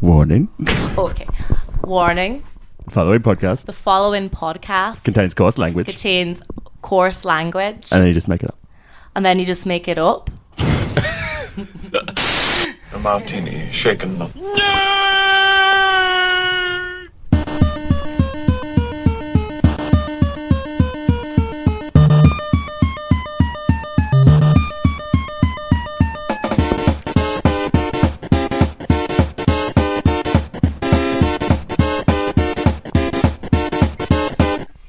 Warning. Okay. Warning Following podcast the following podcast contains coarse language. contains coarse language, and then you just make it up. and then you just make it up. A martini, shaken not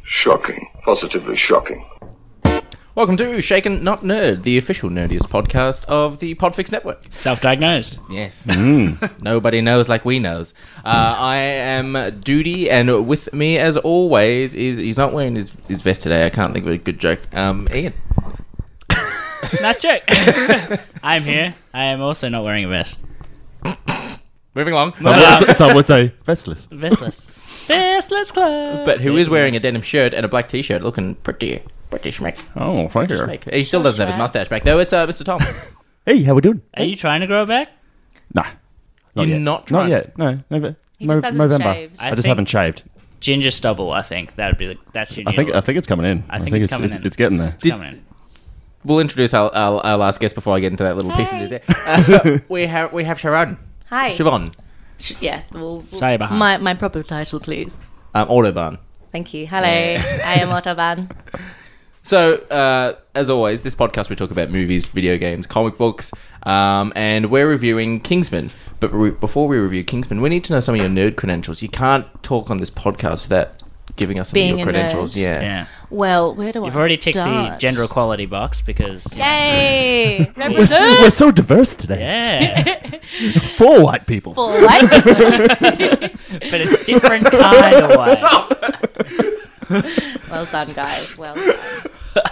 Shocking. Positively shocking. Welcome to Shaken Not Nerd, the official nerdiest podcast of the Podfix Network. Self-diagnosed. Yes. Nobody knows like we knows. Uh, I am Duty, and with me, as always, is he's not wearing his, his vest today. I can't think of a good joke. Um, Ian. Nice joke. I'm here. I am also not wearing a vest. Moving along. Uh, Some, would, some would say vestless. Vestless. Vestless club. But who is wearing a denim shirt and a black t-shirt, looking pretty, pretty schmick. Oh, thank you. schmick. He still doesn't have his mustache back though. It's uh, Mr. Tom. Hey, how we doing? Are you trying to grow it back? Nah. Not You're yet. not Not trying. yet. No. Nove- He Mo- just hasn't November. shaved. I, I just think- haven't shaved. Ginger stubble. I think that'd be the, that's your. I new think I look. think it's coming in. I think it's coming it's, in. it's getting there. It's coming in. we'll introduce our, our, our last guest before I get into that little piece of news. there. Uh, we have we have Sharon. Hi. Siobhan. Sh- Yeah. Well, Sorry about my, my proper title, please. Um, Autobahn. Thank you. Hello. I am Autoban. So, uh, as always, this podcast we talk about movies, video games, comic books, um, and we're reviewing Kingsman. But re- before we review Kingsman, we need to know some of your nerd credentials. You can't talk on this podcast without giving us some Being of a your credentials. nerd. Yeah. Yeah. Well, where do I You've already ticked the start? gender equality box because. Yay! We're, s- Represent we're so diverse today. Yeah. Four white people. for white people. but a different kind of way. Well done, guys. Well done.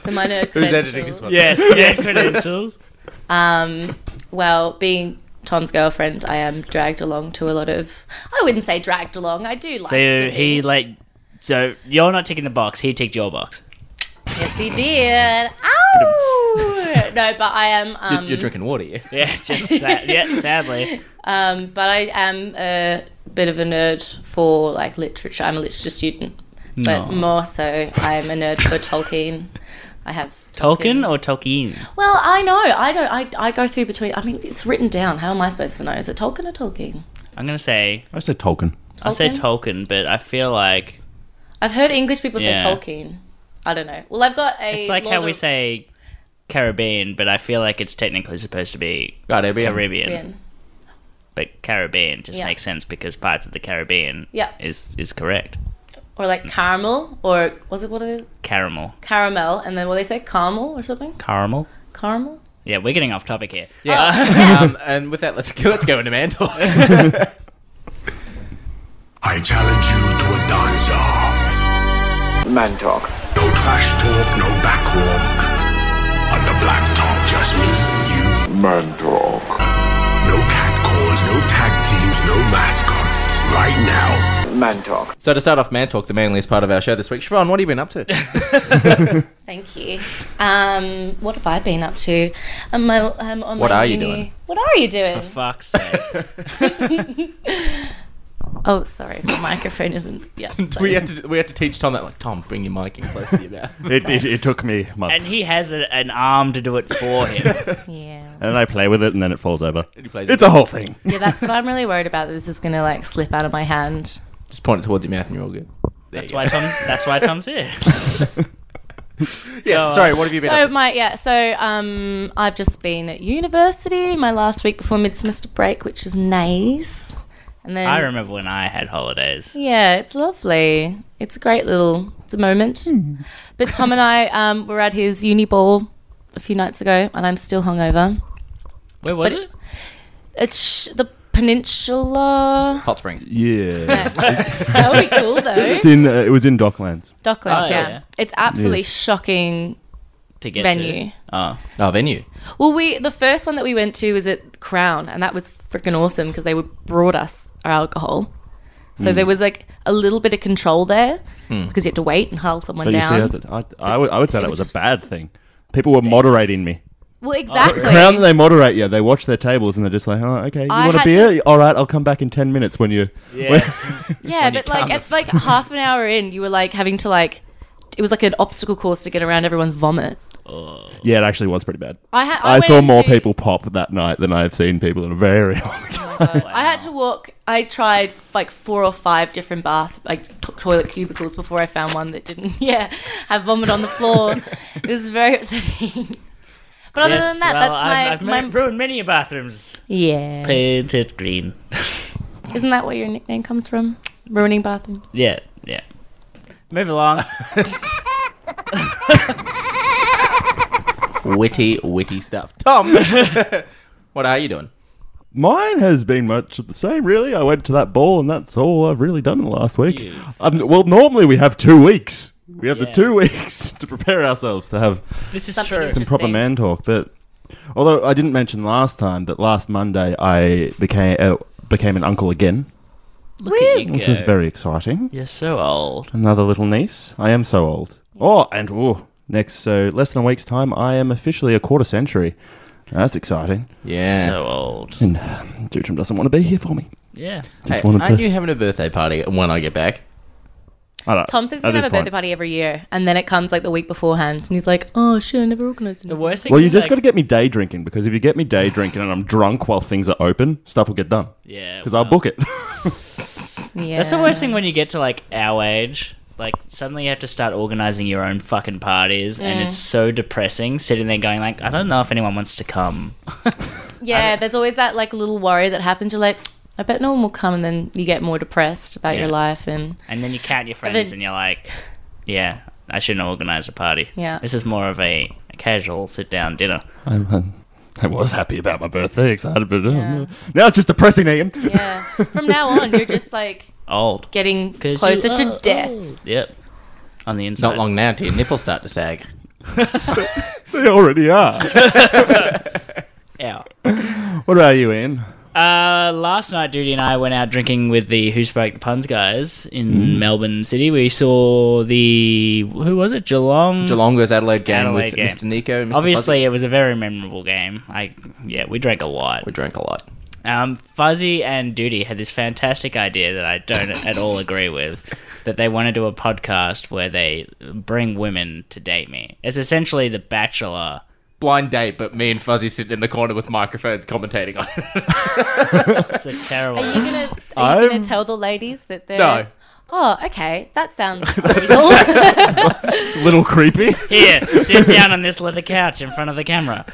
So my nerd Who's editing credentials- this one? Yes. Yeah. Credentials. Um, well, being Tom's girlfriend, I am dragged along to a lot of. I wouldn't say dragged along. I do like. So the he things. like. So you're not ticking the box. He ticked your box. Yes, he did. Ow! no, but I am. Um, You're drinking water, yeah? Yeah. Just that. Yeah. Sadly. Um, but I am a bit of a nerd for like literature. I'm a literature student, but No. more so, I'm a nerd for Tolkien. I have Tolkien or Tolkien? Well, I know. I don't. I, I go through between. I mean, it's written down. How am I supposed to know? Is it Tolkien or Tolkien? I'm gonna say I said Tolkien. I'll say Tolkien, but I feel like I've heard English people say Yeah. Tolkien. I don't know. Well, I've got a. it's like Lord how of we the say Caribbean, but I feel like it's technically supposed to be Right, Airbnb. Caribbean, Caribbean. but Caribbean just Yeah. makes sense because parts of the Caribbean Yeah. is is correct. or Mm. like caramel, or was it what are they? Caramel, Caramel, and then what they say, caramel or something? caramel. Caramel. Yeah, we're getting off topic here. Yeah. um, and with that, let's go, let's go into man talk. I challenge you to a dance off. Man talk. No trash talk, no back walk. On the black top, just me, you. Man talk. No cat calls, no tag teams, no mascots. Right now, Man talk. so, to start off man talk, the manliest part of our show this week, Siobhan, what have you been up to? Thank you. Um, what have I been up to? Um, my, um, on What my are you uni- doing? What are you doing? Fuck's sake. oh, sorry, my microphone isn't. Yeah. we, sorry. had to we had to teach Tom that, like, Tom, bring your mic in close to your mouth. It, it, it took me and months. he has a, an arm to do it for him. yeah. And then I play with it, and then it falls over. He plays It's it. a whole thing. Yeah, that's what I'm really worried about. that This is gonna like slip out of my hand. Just point it towards your mouth and you're all good. There That's you why go. Tom. That's why Tom's here. Yes, Oh. sorry, what have you been So up to? my yeah, so um, I've just been at university my last week before mid semester break, which is nice. And then I remember when I had holidays. Yeah, it's lovely. It's a great little it's a moment. But Tom and I um, were at his uni ball a few nights ago, and I'm still hungover. Where was But- it? It's sh- the peninsula. Hot Springs. Yeah. That would be cool though. it's in. Uh, it was in Docklands. Docklands, Oh, yeah. yeah. It's absolutely Yes. shocking To get venue. To. Oh, Oh, venue. Well, we the first one that we went to was at Crown, and that was freaking awesome because they were, brought us our alcohol. So there was like a little bit of control there because you had to wait and hull someone But you see, down. I, I, I would, I would say that was was a just bad thing. People were moderating me. Well, exactly. Oh, Crown they moderate you. They watch their tables and they're just like, oh, okay, you I want a had beer? to- All right, I'll come back in 10 minutes when you. Yeah. yeah, but like come. it's like half an hour in, you were like having to like it was like an obstacle course to get around everyone's vomit. yeah, it actually was pretty bad. I had I, went Oh saw more into- people pop that night than I've seen people in a very long time. I had to walk. I tried like four or five different bath like to toilet cubicles before I found one that didn't. Yeah, have vomit on the floor. it was very upsetting. But other than that, that's my I've, I've my. ma- ruined many bathrooms. yeah, Painted green. isn't that where your nickname comes from? Ruining bathrooms. Yeah, yeah. Move along. witty, witty stuff. Tom, what are you doing? Mine has been much of the same, really. I went to that ball, and that's all I've really done in the last week. Um, well, normally we have two weeks. We have the Yeah. two weeks to prepare ourselves to have This is Something true. is some proper Interesting. man talk. But although I didn't mention last time that last Monday I became uh, became an uncle again, There you which go. was very exciting. You're so old. Another little niece. I am so old. Oh, and oh, next so less than a week's time, I am officially a quarter century. That's exciting. Yeah. So old. And uh, Dutram doesn't want to be here for me. Yeah. Just Hey, wanted aren't to. you having a birthday party when I get back? I don't- Tom says he's at gonna this have a point. birthday party every year, and then it comes like the week beforehand, and he's like, "Oh shit, I never organised." The anything." worst thing Well, is you just like, got to get me day drinking because if you get me day drinking and I'm drunk while things are open, stuff will get done Yeah. because well. I'll book it. Yeah. That's the worst thing when you get to like our age. Like suddenly you have to start organizing your own fucking parties, and it's so depressing sitting there going like, I don't know if anyone wants to come. Yeah, there's always that like little worry that happens. You're like, I bet no one will come, and then you get more depressed about your Yeah. life, and And then you count your friends, then- and you're like, Yeah, I shouldn't organize a party. Yeah. This is more of a, a casual sit down dinner. I, um, I was happy about my birthday, excited, but um, now it's just depressing, Ian. yeah. From now on, you're just like Old. getting 'Cause closer you to are death. old. Yep. On the inside. Not long now till your nipples start to sag. they already are. Yeah. what about you, Ian? Uh, last night, Judy and I went out drinking with the Who Spoke the Puns guys in Mm. Melbourne City. We saw the who was it? Geelong. Geelong goes Adelaide game with Adelaide game. Mr. Nico. Mr. Obviously, Fuzzy. it was a very memorable game. I yeah, we drank a lot. we drank a lot. Um, Fuzzy and Duty had this fantastic idea that I don't at all agree with. That they want to do a podcast where they bring women to date me. It's essentially The Bachelor. Blind date, but me and Fuzzy sitting in the corner with microphones commentating on it. It's a terrible. Are you gonna are you I'm- gonna tell the ladies that they're? No. Oh, okay. That sounds illegal. Little creepy. Here, sit down on this leather couch in front of the camera.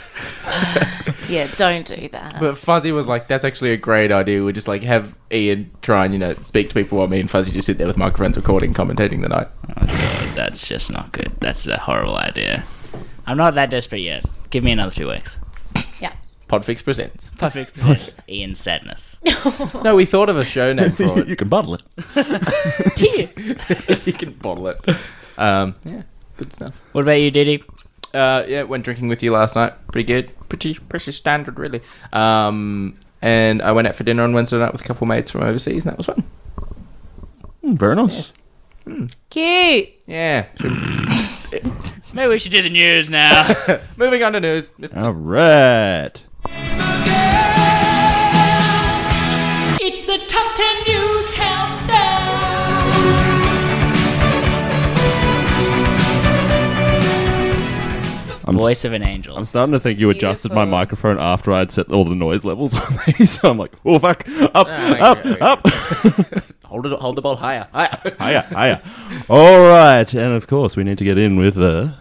yeah, don't do that. But Fuzzy was like, that's actually a great idea. We just like have Ian try and, you know, speak to people while me and Fuzzy just sit there with microphones recording, commentating the night. Oh, That's just not good. That's a horrible idea. I'm not that desperate yet. Give me another two weeks. yeah. Podfix presents. Perfect. Ian Sadness. No, we thought of a show name for you it. can bottle it. you can bottle it. Um, yeah, good stuff. What about you, Diddy? Uh, yeah, went drinking with you last night. Pretty good. Pretty pretty standard, really. Um, and I went out for dinner on Wednesday night with a couple mates from overseas, and that was fun. Mm, very nice. Cute. Yeah. Maybe we should do the news now. Moving on to news. Mr. All right. It's a top 10 news countdown. I'm, Voice of an angel. I'm starting to think you adjusted my Beautiful. microphone after I'd set all the noise levels on these. So I'm like, oh, fuck. Up, okay, up, okay. up. Hold it. Hold the ball higher. Higher. Hiya, hiya. All right. And of course, we need to get in with the.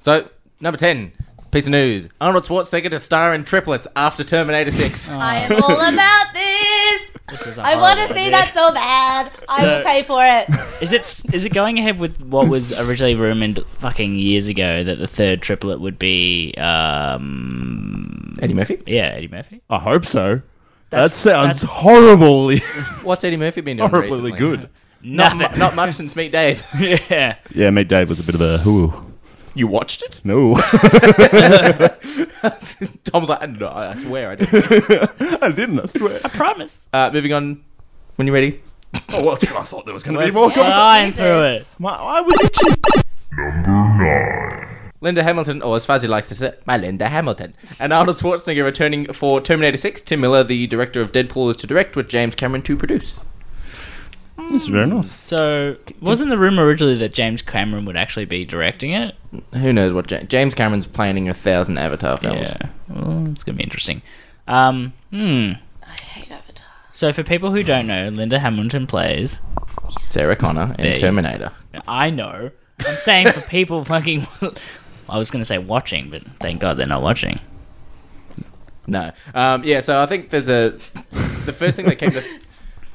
So number ten. Piece of news. Arnold Schwarzenegger to star in triplets after Terminator 6. I am all about this. This is a I want to horrible see idea. that so bad. I So- will pay for it. Is it is it going ahead with what was originally rumored fucking years ago that the third triplet would be um Eddie Murphy? yeah Eddie Murphy? I hope so. that That's- sounds that's- horribly, What's Eddie Murphy been doing horribly recently? good. Not, Nothing. mu- not much since Meet Dave. yeah. Yeah, mate, Dave was a bit of a whoo. You watched it? No, Tom's like, no, I swear I did. I didn't. I swear. Promise. Uh, moving on. When you're ready. oh, well, I thought there was going to be more. Flying through it. Jesus. My, I was itching. Linda Hamilton, or as Fuzzy likes to say, my Linda Hamilton. And Arnold Schwarzenegger returning for Terminator 6. Tim Miller, the director of Deadpool, is to direct, with James Cameron to produce. It's very nice. So, wasn't the rumor originally that James Cameron would actually be directing it? Who knows what Ja- James Cameron's planning a thousand Avatar films. Yeah. Well, it's going to be interesting. Um, hmm. I hate Avatar. So, for people who don't know, Linda Hamilton plays. Sarah Connor in There you- Terminator. I know. I'm saying for people fucking. I was going to say watching, but thank God they're not watching. No. Um, yeah, so I think there's a the first thing that came to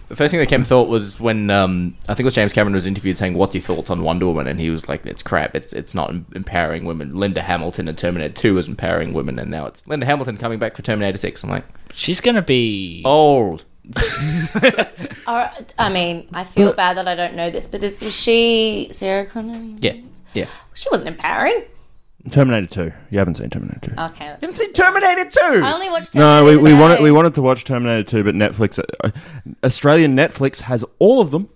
the first thing that came to thought was when um, I think it was James Cameron was interviewed saying what's your thoughts on Wonder Woman and he was like it's crap it's it's not em- empowering women Linda Hamilton in Terminator 2 was empowering women and now it's Linda Hamilton coming back for Terminator 6 I'm like She's going to be. old Or, I mean, I feel bad that I don't know this, but is was she Sarah Connor? yeah yeah She wasn't empowering. Terminator Two. You haven't seen Terminator Two. Uh, Okay. that's- haven't seen Terminator 2 I only watched. No, we, Terminator we today. wanted we wanted to watch Terminator Two, but Netflix, uh, Australian Netflix has all of them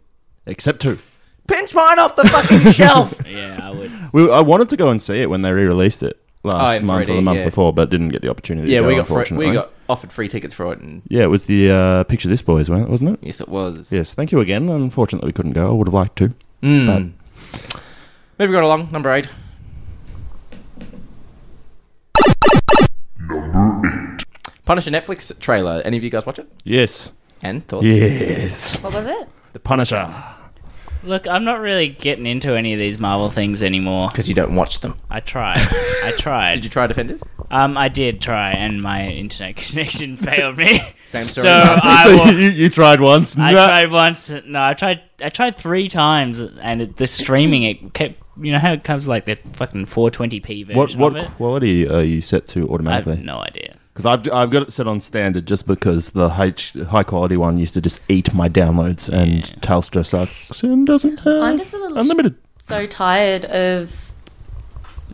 except two. pinch mine off the fucking shelf Yeah, I would. We, I wanted to go and see it when they re-released it Oh, last in month or 3D, the month yeah. before, but didn't get the opportunity. yeah to go, we got free, unfortunately. we got offered free tickets for it and Yeah, it was the uh, picture this boys, wa- wasn't it? yes it was Yes, thank you again. Unfortunately, we couldn't go. I would have liked to. Mm. moving right along number 8 Punisher Netflix trailer. Any of you guys watch it? Yes, And thoughts? yes. What was it? The Punisher. Look, I'm not really getting into any of these Marvel things anymore. Because you don't watch them. I tried. I tried. Did you try Defenders? Um, I did try, and my internet connection failed me. Same So story. I, so wa- you, you tried once. I Nah. tried once. No, I tried. I tried three times, and it, the streaming it kept. You know how it comes like the fucking 420p version What what of it. eh? quality are you set to I have automatically? no idea. Because I've, I've got it set on standard just because the H, high quality one used to just eat my downloads and Telstra sucks and doesn't have I'm just a little unlimited. so tired of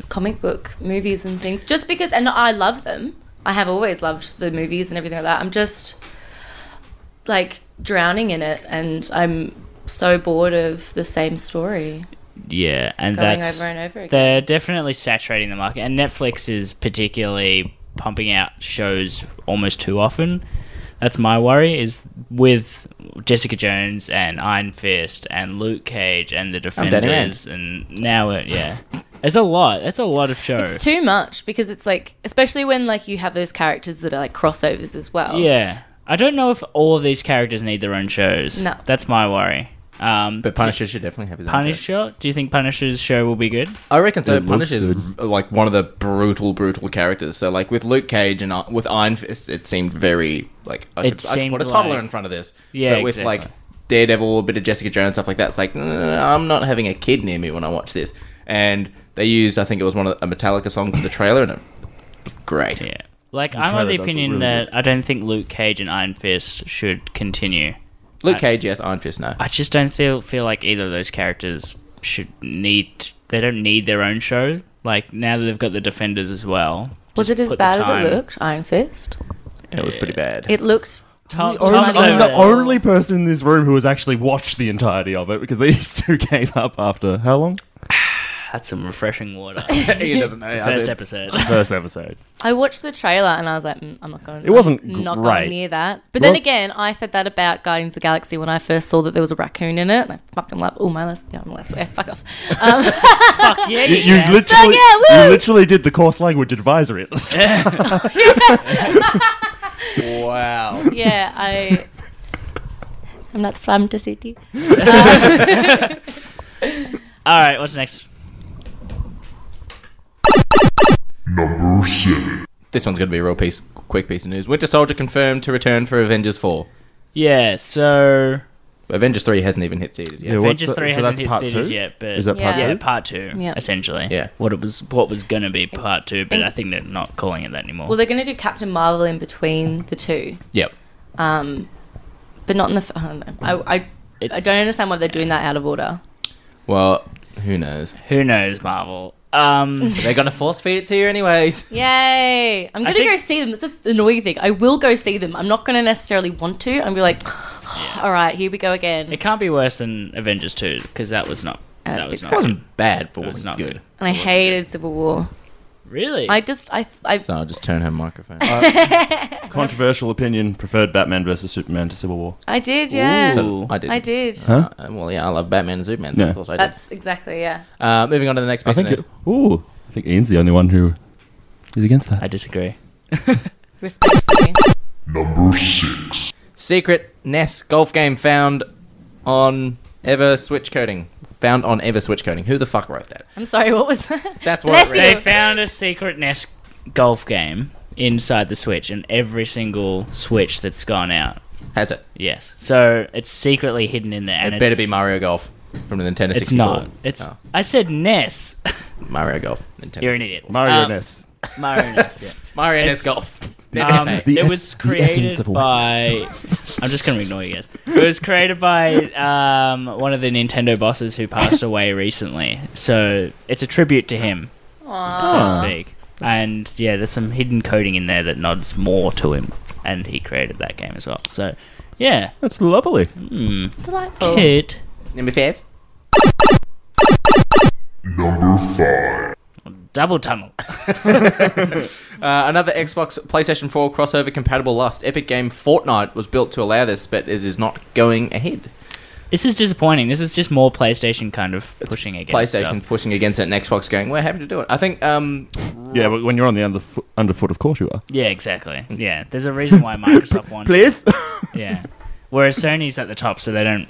comic book movies and things just because and I love them. I have always loved the movies and everything like that. I'm just like drowning in it and I'm so bored of the same story Yeah, and going that's over and over again. they're definitely saturating the market, and Netflix is particularly pumping out shows almost too often. That's my worry is with Jessica Jones and Iron Fist and Luke Cage and the I'm Danny Rand. Defenders, and now it yeah, it's a lot. It's a lot of shows. It's too much because it's like especially when like you have those characters that are like crossovers as well. yeah, I don't know if all of these characters need their own shows. No. that's my worry. Um, But Punisher should definitely have his own show. Punisher. Do you think Punisher's show will be good? I reckon so. It looks Punisher is like one of the brutal, brutal characters. So like with Luke Cage and uh, with Iron Fist, it seemed very like I It could, I could seemed put a toddler like- in front of this. Yeah, but with exactly. like Daredevil, a bit of Jessica Jones stuff like that, it's like "Uh, I'm not having a kid near me when I watch this. And they used, I think it was one of the, a Metallica song for the trailer, and it was great. Yeah. Like, I'm trailer of the does look opinion really that I don't think Luke Cage and Iron Fist should continue. Luke Cage, yes. Iron Fist, no. I just don't feel feel like either of those characters should need. They don't need their own show. Like now that they've got the Defenders as well. Was it as put the bad as time. it looked? Iron Fist. it was pretty bad. It looked Tom, only- Tom's I'm over the it. only- person in this room who has actually watched the entirety of it because these two came up after how long? Had some refreshing water. he doesn't know. I First did. episode. First episode. I watched the trailer and I was like, mm, I'm not going. It wasn't I'm not great. going near that. But then Well- again, I said that about Guardians of the Galaxy when I first saw that there was a raccoon in it, and I fucking love. Oh my last, yeah, my last swear. Fuck off. Um, yeah, You, you yeah. literally, Yeah, woo! you literally did the course language advisory at the start. Wow. yeah, I. I'm not from the city. All right. What's next? Number seven. this one's going to be a real piece, quick piece of news. Winter Soldier confirmed to return for Avengers 4. Yeah. So Avengers 3 hasn't even hit theaters yet. Yeah, what's Avengers the- three so hasn't that's hit part theaters two? yet, but Is that part Yeah. yeah, two? part two, Yeah. essentially. Yeah. What it was, what was gonna be part two, but I think they're not calling it that anymore. Well, they're going to do Captain Marvel in between the two, Yep. um, but not in the. f- I don't know. I, I, I It's- don't understand why they're doing that out of order. Well, who knows? Who knows, Marvel? Um, They're going to force feed it to you anyways. Yay! I'm gonna think- go see them. It's an annoying thing. I will go see them. I'm not gonna necessarily want to. I'm gonna be like, all right, here we go again. it can't be worse than Avengers two because that was not Yeah, that's That was Pitch not It Perfect. wasn't bad, but it was wasn't not good. good. And I hated Civil War. Really? I just I I So I'll just turn her microphone. Controversial opinion: preferred Batman versus Superman to Civil War. I did yeah. So- I did. I did. Huh? Uh, well, yeah, I love Batman and Superman. so Yeah. Of course, I did. That's exactly yeah. Uh, moving on to the next piece. I think. of It, news. ooh, I think Ian's the only one who is against I that. disagree. Respectfully. Number six. Secret NES golf game found on Ever Switch Coding. Found on Ever Switch Coding. Who the fuck wrote that? I'm sorry, what was that? That's what what it They read. found a secret NES golf game inside the Switch, and every single Switch that's gone out. Has it? Yes. So it's secretly hidden in there. And it better be it's- Mario Golf from the Nintendo 64. It's not. It's. Oh, I said NES. Mario Golf. Nintendo You're an 64. idiot. Mario Um, NES. Mario NES. Yeah. Mario NES It's- Golf. Um, NES. The it es- was the essence created of by. I'm just gonna ignore you guys. It was created by um, one of the Nintendo bosses who passed away recently, so it's a tribute to him, so to speak. And yeah, there's some hidden coding in there that nods more to him, and he created that game as well. So yeah, That's lovely. Delightful. kid. Number five. Number five. Double tunnel. Uh, another Xbox PlayStation 4 crossover compatible lust. Epic game Fortnite was built to allow this, but it is not going ahead. This is disappointing. This is just more PlayStation kind of pushing against PlayStation stuff. pushing against it and Xbox going, we're happy to do it. I think um, Yeah, but when you're on the underf- underfoot, of course you are. Yeah, exactly. Yeah, there's a reason why Microsoft wants. Please. Yeah. Whereas Sony's at the top, so they don't.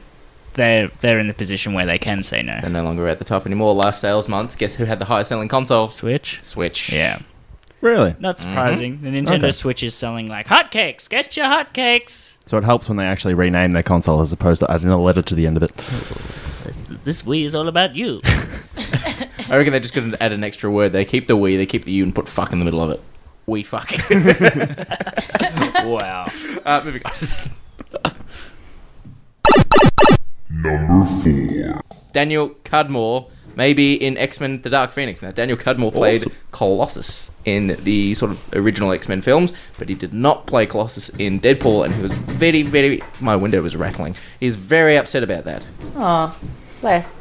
They're they're in the position where they can say no. they're no longer at the top anymore. Last sales month, guess who had the highest selling console? Switch. Switch. Yeah. really? Not Mm-hmm. surprising. The Nintendo Okay. Switch is selling like hotcakes. Get your hotcakes. So it helps when they actually rename their console as opposed to adding a letter to the end of it. This Wii is all about you. I reckon they just couldn't add an extra word. They keep the we, they keep the you, and put fuck in the middle of it. We fuck. wow. uh, moving on. Number four. Daniel Cudmore may be in X Men: The Dark Phoenix. Now, Daniel Cudmore played Awesome. Colossus in the sort of original X Men films, but he did not play Colossus in Deadpool, and he was very, very. My window was rattling. He's very upset about that. Aw, bless.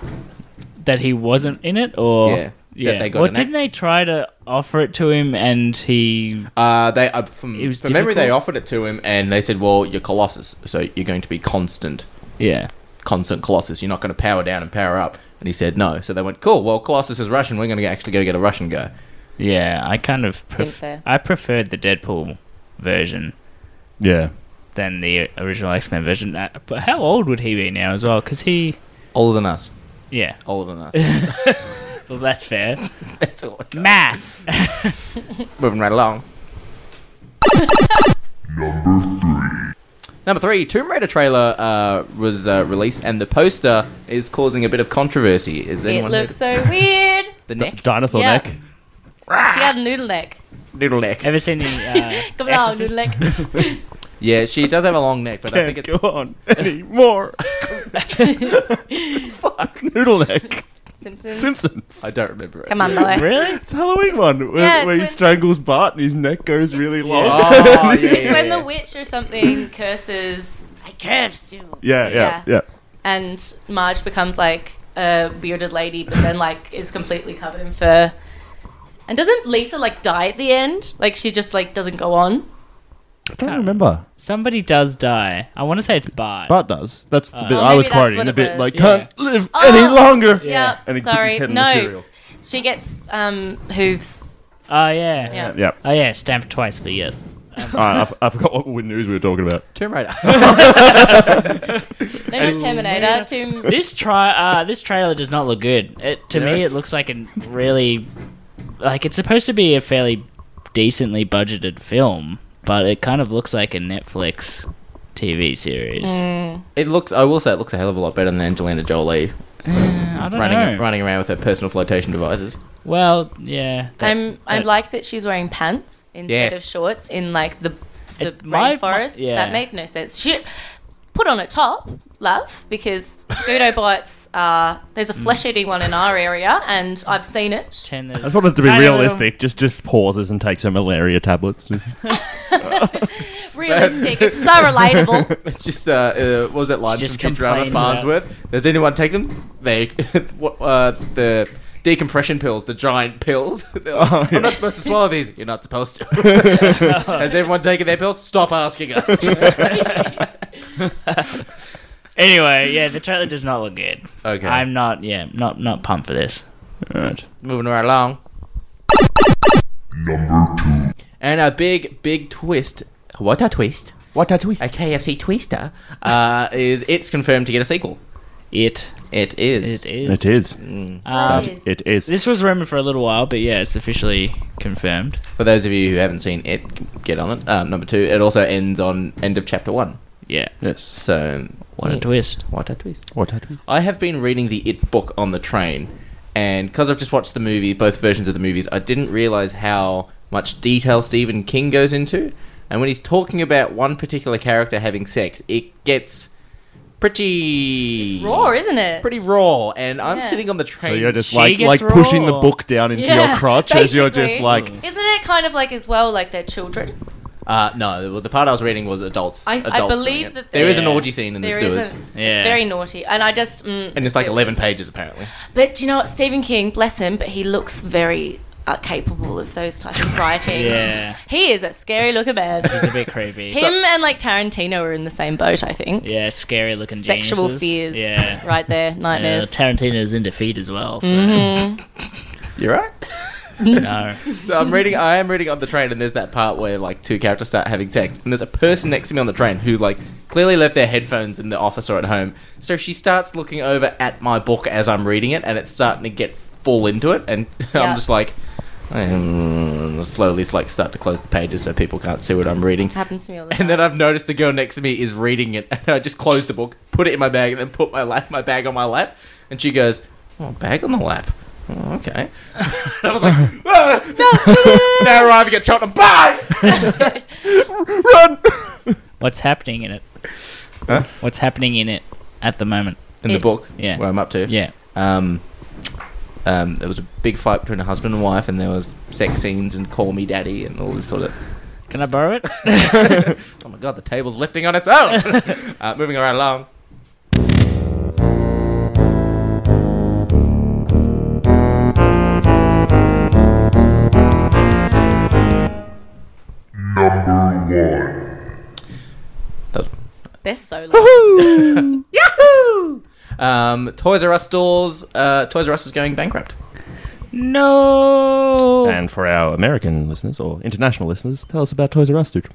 That he wasn't in it, or Yeah, that they got well, an didn't act- they try to offer it to him, and he? Uh, they uh, from, It was from memory, difficult. they offered it to him, and they said, "Well, you're Colossus, so you're going to be constant." Yeah. constant Colossus. You're not going to power down and power up. And he said no. So they went, cool. Well, Colossus is Russian. We're going to actually go get a Russian guy. Yeah. I kind of. Seems fair. I preferred the Deadpool version Yeah. than the original X Men version. Uh, But how old would he be now as well? Because he. Older than us. Yeah. Older than us. Well, that's fair. That's all. I got. Math. Moving right along. Number three. Number three, Tomb Raider trailer uh, was uh, released, and the poster is causing a bit of controversy. Is It anyone looks so weird. the neck Ah! Dinosaur Yeah. neck. She had a noodle neck. noodle neck? Ever seen the uh, Come on, Exorcist? noodle neck. Yeah, she does have a long neck, but I think it's go on anymore. Fuck. Noodle neck. Simpsons. Simpsons. I don't remember it. Come on, boy. Really? It's a Halloween one where, Yeah, it's where he when- strangles Bart and his neck goes really long. Oh, yeah, It's yeah, when yeah. the witch or something curses, I curse you. Yeah, yeah, yeah. And Marge becomes like a bearded lady, but then like is completely covered in fur. And doesn't Lisa like die at the end? Like she just like doesn't go on. I don't remember. Somebody does die. I want to say it's Bart. Bart does. That's the bit Oh, I was maybe that's quoting. what The it bit was. like Yeah. can't live Oh, any longer. Yeah. And he puts his sorry. head in no. the cereal. She gets um hooves. oh yeah. Yeah. Yeah. Oh yeah. Stamped twice for yes. All right, I, f- I forgot what news we were talking about. Tomb Raider. Then not Terminator. Tomb. This try. Uh, this trailer does not look good. It, to me, it looks like a really, like it's supposed to be a fairly decently budgeted film, but it kind of looks like a Netflix TV series. Hmm. it looks. I will say it looks a hell of a lot better than Angelina Jolie I don't running know. running around with her personal flotation devices. Well, yeah. that- I'm I that- like that she's wearing pants instead Yes. of shorts in like the the It- my- rainforest. my- yeah. That made no sense. She put on a top, love, because Scudo bots are there's a flesh eating one in our area and I've seen it. Turn I just wanted to be Tiny little- realistic. Just just pauses and takes her malaria tablets. Realistic. it's so relatable. It's just uh, uh what was it line Just from Futurama complains Farnsworth? Does anyone take them? They what uh the decompression pills, the giant pills. They're like, Oh, yeah. I'm not supposed to swallow these. You're not supposed to. Has everyone taken their pills? Stop asking us. anyway, yeah, the trailer does not look good. okay. I'm not, yeah, not not pumped for this. Right. moving right along. Number two. And a big, big twist. What a twist. What a twist. A KFC twister. Uh, is it's confirmed to get a sequel. It, It is. it is. It is. Um, It is. It is. This was rumored for a little while, but yeah, it's officially confirmed. For those of you who haven't seen it, get on it. Um, number two, it also ends on end of chapter one. Yeah. yes. So What a twist. What a twist! What a twist. I have been reading the It book on the train, and because I've just watched the movie, both versions of the movies, I didn't realize how much detail Stephen King goes into. And when he's talking about one particular character having sex, it gets pretty Raw, isn't it? Pretty raw. And I'm Yeah. sitting on the So train. you're just She like like gets pushing the raw. book down into your crotch as you're just basically. like Isn't it kind of like as well like their children? uh, no. Well, the part I was reading was adults. I- I adults doing believe it. that there is an there- orgy scene in the There sewers, isn't. Yeah. It's very naughty, and I just. Mm, and it's like 11 pages apparently. But do you know what? Stephen King, bless him, but he looks very uh, capable of those types of writing. Yeah. He is a scary looking man. It's a bit creepy. Him and like Tarantino are in the same boat, I think. yeah, scary looking Sexual geniuses. fears. Yeah. Right Mm-hmm. there, Yeah, nightmares. Tarantino's in defeat as well, so You're right. no. So I'm reading. I am reading on the train, and there's that part where like two characters start having sex, and there's a person next to me on the train who like clearly left their headphones in the office or at home. So she starts looking over at my book as I'm reading it, and it's starting to get full into it, and Yeah. I'm just like. um, slowly, like start to close the pages so people can't see what I'm reading. Happens to me all the time. And then I've noticed the girl next to me is reading it, and I just close the book, put it in my bag, and then put my lap, my bag on my lap. And she goes, "Oh, bag on the lap." Oh, okay. I was like, "Ah!" now arriving at Cheltenham. Bye. run. What's happening in it? Huh? What's happening in it at the moment? In the It. book, Yeah. where I'm up to, Yeah. Um, um, there was a big fight between a husband and wife, and there was sex scenes and "Call Me Daddy" and all this sort of. Can I borrow it? Oh my god, the table's lifting on its own. uh, moving right along. Number one. That was- They're so low. Yahoo! Um, Toys R Us stores. Uh, Toys R Us is going bankrupt. no. And for our American listeners or international listeners, tell us about Toys R Us, dude.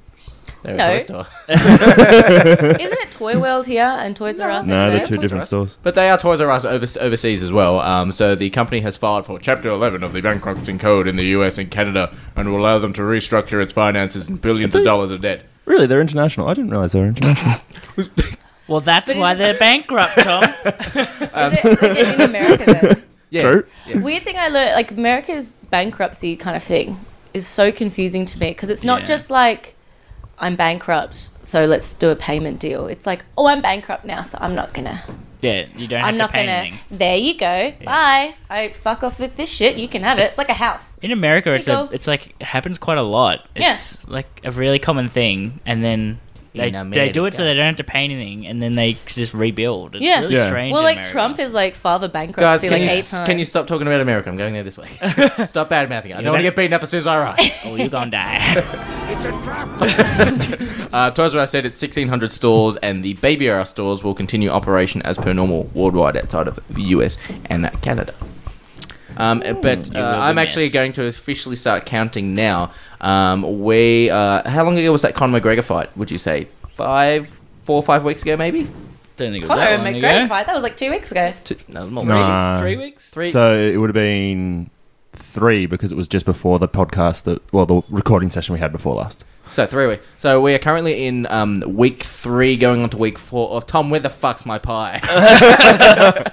They're No. a toy store. Isn't it Toy World here and Toys R Us? No, over they're there? two Toys R different Us. stores. But they are Toys R Us over- overseas as well. Um, so the company has filed for Chapter 11 of the Bankruptcy Code in the US and Canada and will allow them to restructure its finances and billions of dollars of debt. Really, they're international. I didn't realize they were international. Well, that's But why isn't- they're bankrupt, Tom. Is it again in America then? Yeah. True. Weird thing I learned, like America's bankruptcy kind of thing, is so confusing to me because it's not Yeah. just like I'm bankrupt, so let's do a payment deal. It's like, oh, I'm bankrupt now, so I'm not gonna, yeah, you don't have I'm to not pay gonna. anything. There you go, bye. I fuck off with this shit. You can have it. It's like a house. In America, it's a, go. it's like it happens quite a lot. Yeah. It's like a really common thing, and then they, In they do it so America. they don't have to pay anything, and then they just rebuild. It's Yeah. really Yeah. strange. Well, in like America. Trump is like father Guys, bankruptcy can, like you, eight times. can you stop talking about America? I'm going there this way. stop bad mouthing. I don't want to get beaten up as soon as I arrive. Oh, you're gonna die. It's a trap. Uh, Toys R Us said it's 1,600 stores, and the Baby R Us stores will continue operation as per normal worldwide outside of the US and Canada. Um, but uh, will be I'm actually missed. going to officially start counting now. Um, we uh, how long ago was that Conor McGregor fight? Would you say five, four, five weeks ago, maybe? Don't think it was Conor that long McGregor ago. fight. That was like two weeks ago. Two, no, more. Nah. Uh, Three weeks. Three. So it would have been three because it was just before the podcast that, well, the recording session we had before last. So three weeks. So we are currently in um, week three, going on to week four. Of Tom, where the fuck's my pie?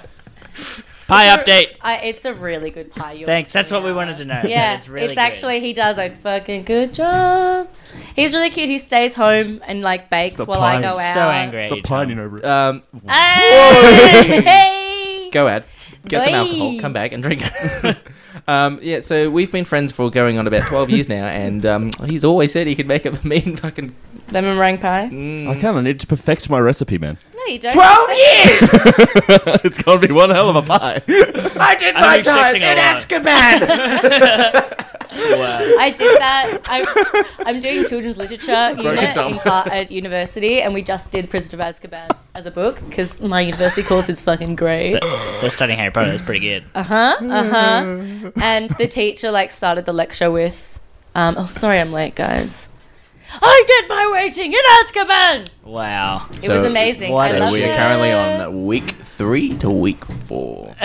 Pie update. I, it's a really good pie. You're Thanks. That's what making we now. wanted to know. Yeah, it's really good. actually he does a fucking good job. He's really cute. He stays home and like bakes Stop while I pining. go so out. angry. Stop at you, Tom. pining over it. um, Hey! go out, get some alcohol, Wait. come back and drink. Um, yeah, so we've been friends for going on about 12 years now, and um, he's always said he could make up a mean fucking. Lemon meringue pie? I kind of need to perfect my recipe, man. No, you don't. 12 years! it's gonna be one hell of a pie. I did I'm my time expecting in a lot. Azkaban! Wow. I did that. I'm, I'm doing children's literature unit dumb. in cla- at university, and we just did Prisoner of Azkaban as a book because my university course is fucking great. They're studying Harry Potter. That's pretty good. huh? Uh huh. and the teacher like started the lecture with, um, "Oh, sorry, I'm late, guys. I did my waiting in Azkaban. Wow. It was amazing. what I a- love loved we it. are currently on week three to week four.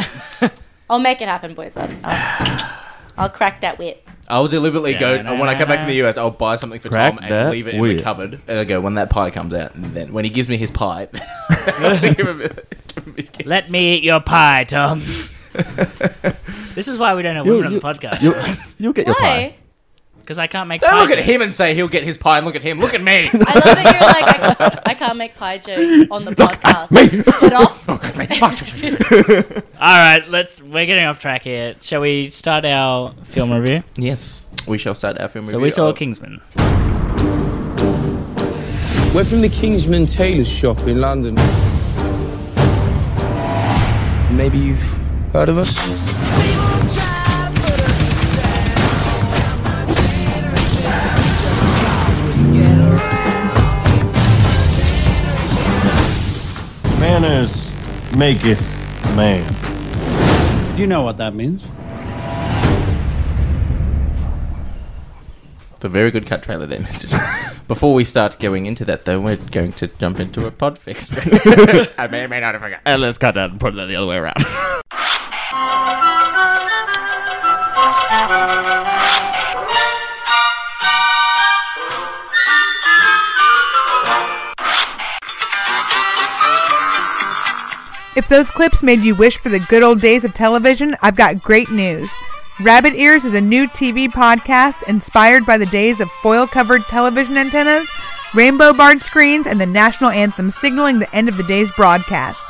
I'll make it happen, boys. I'll, I'll, I'll crack that whip. I'll deliberately go when I come back to the US. I'll buy something for Crack Tom that and leave it in whip. the cupboard, and I go when that pie comes out, and then when he gives me his pie, I'll give him, give him his gift. Let me eat your pie, Tom. this is why we don't have You- women you- on the podcast. You'll, you'll get your pie. Why? Because I can't make Don't pie look at jokes. him and say he'll get his pie, and look at him. Look at me. I love that you're like I, can't- I can't make pie jokes on the podcast. Get off. Look at me. Fuck. All right, let's. We're getting off track here. Shall we start our film review? yes, we shall start our film So review. we saw of- Kingsman. We're from the Kingsman Tailor Shop in London. Maybe you've heard of us? Manners maketh man. You know what that means. The very good cut trailer there, Mr. Jones. Before we start going into that, though, we're going to jump into a pod fix. I may or may not have forgotten. And let's cut that and put it the other way around. If those clips made you wish for the good old days of television, I've got great news. Rabbit Ears is a new TV podcast inspired by the days of foil covered television antennas, rainbow barred screens, and the national anthem signaling the end of the day's broadcast.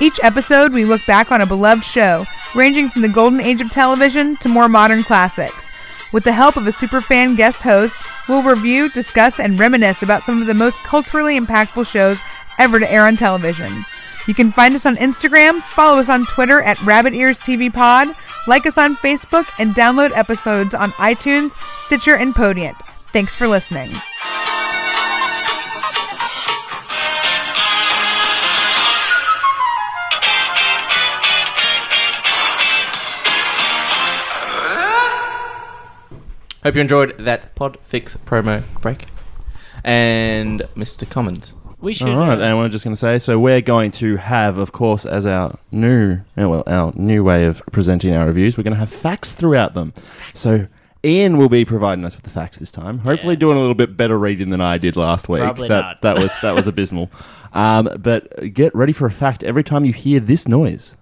Each episode, we look back on a beloved show, ranging from the golden age of television to more modern classics. With the help of a superfan guest host, we'll review, discuss, and reminisce about some of the most culturally impactful shows ever to air on television. You can find us on Instagram, follow us on Twitter at Rabbit Ears TV Pod, like us on Facebook, and download episodes on iTunes, Stitcher, and Podient. Thanks for listening. Hope you enjoyed that pod fix promo break. And Mr. Commons. We should. All right, uh, and we're just going to say so we're going to have, of course, as our new eh, well, our new way of presenting our reviews, we're going to have facts throughout them. So Ian will be providing us with the facts this time. Hopefully, doing a little bit better reading than I did last week. Probably that not. that was that was abysmal. Um, but get ready for a fact every time you hear this noise.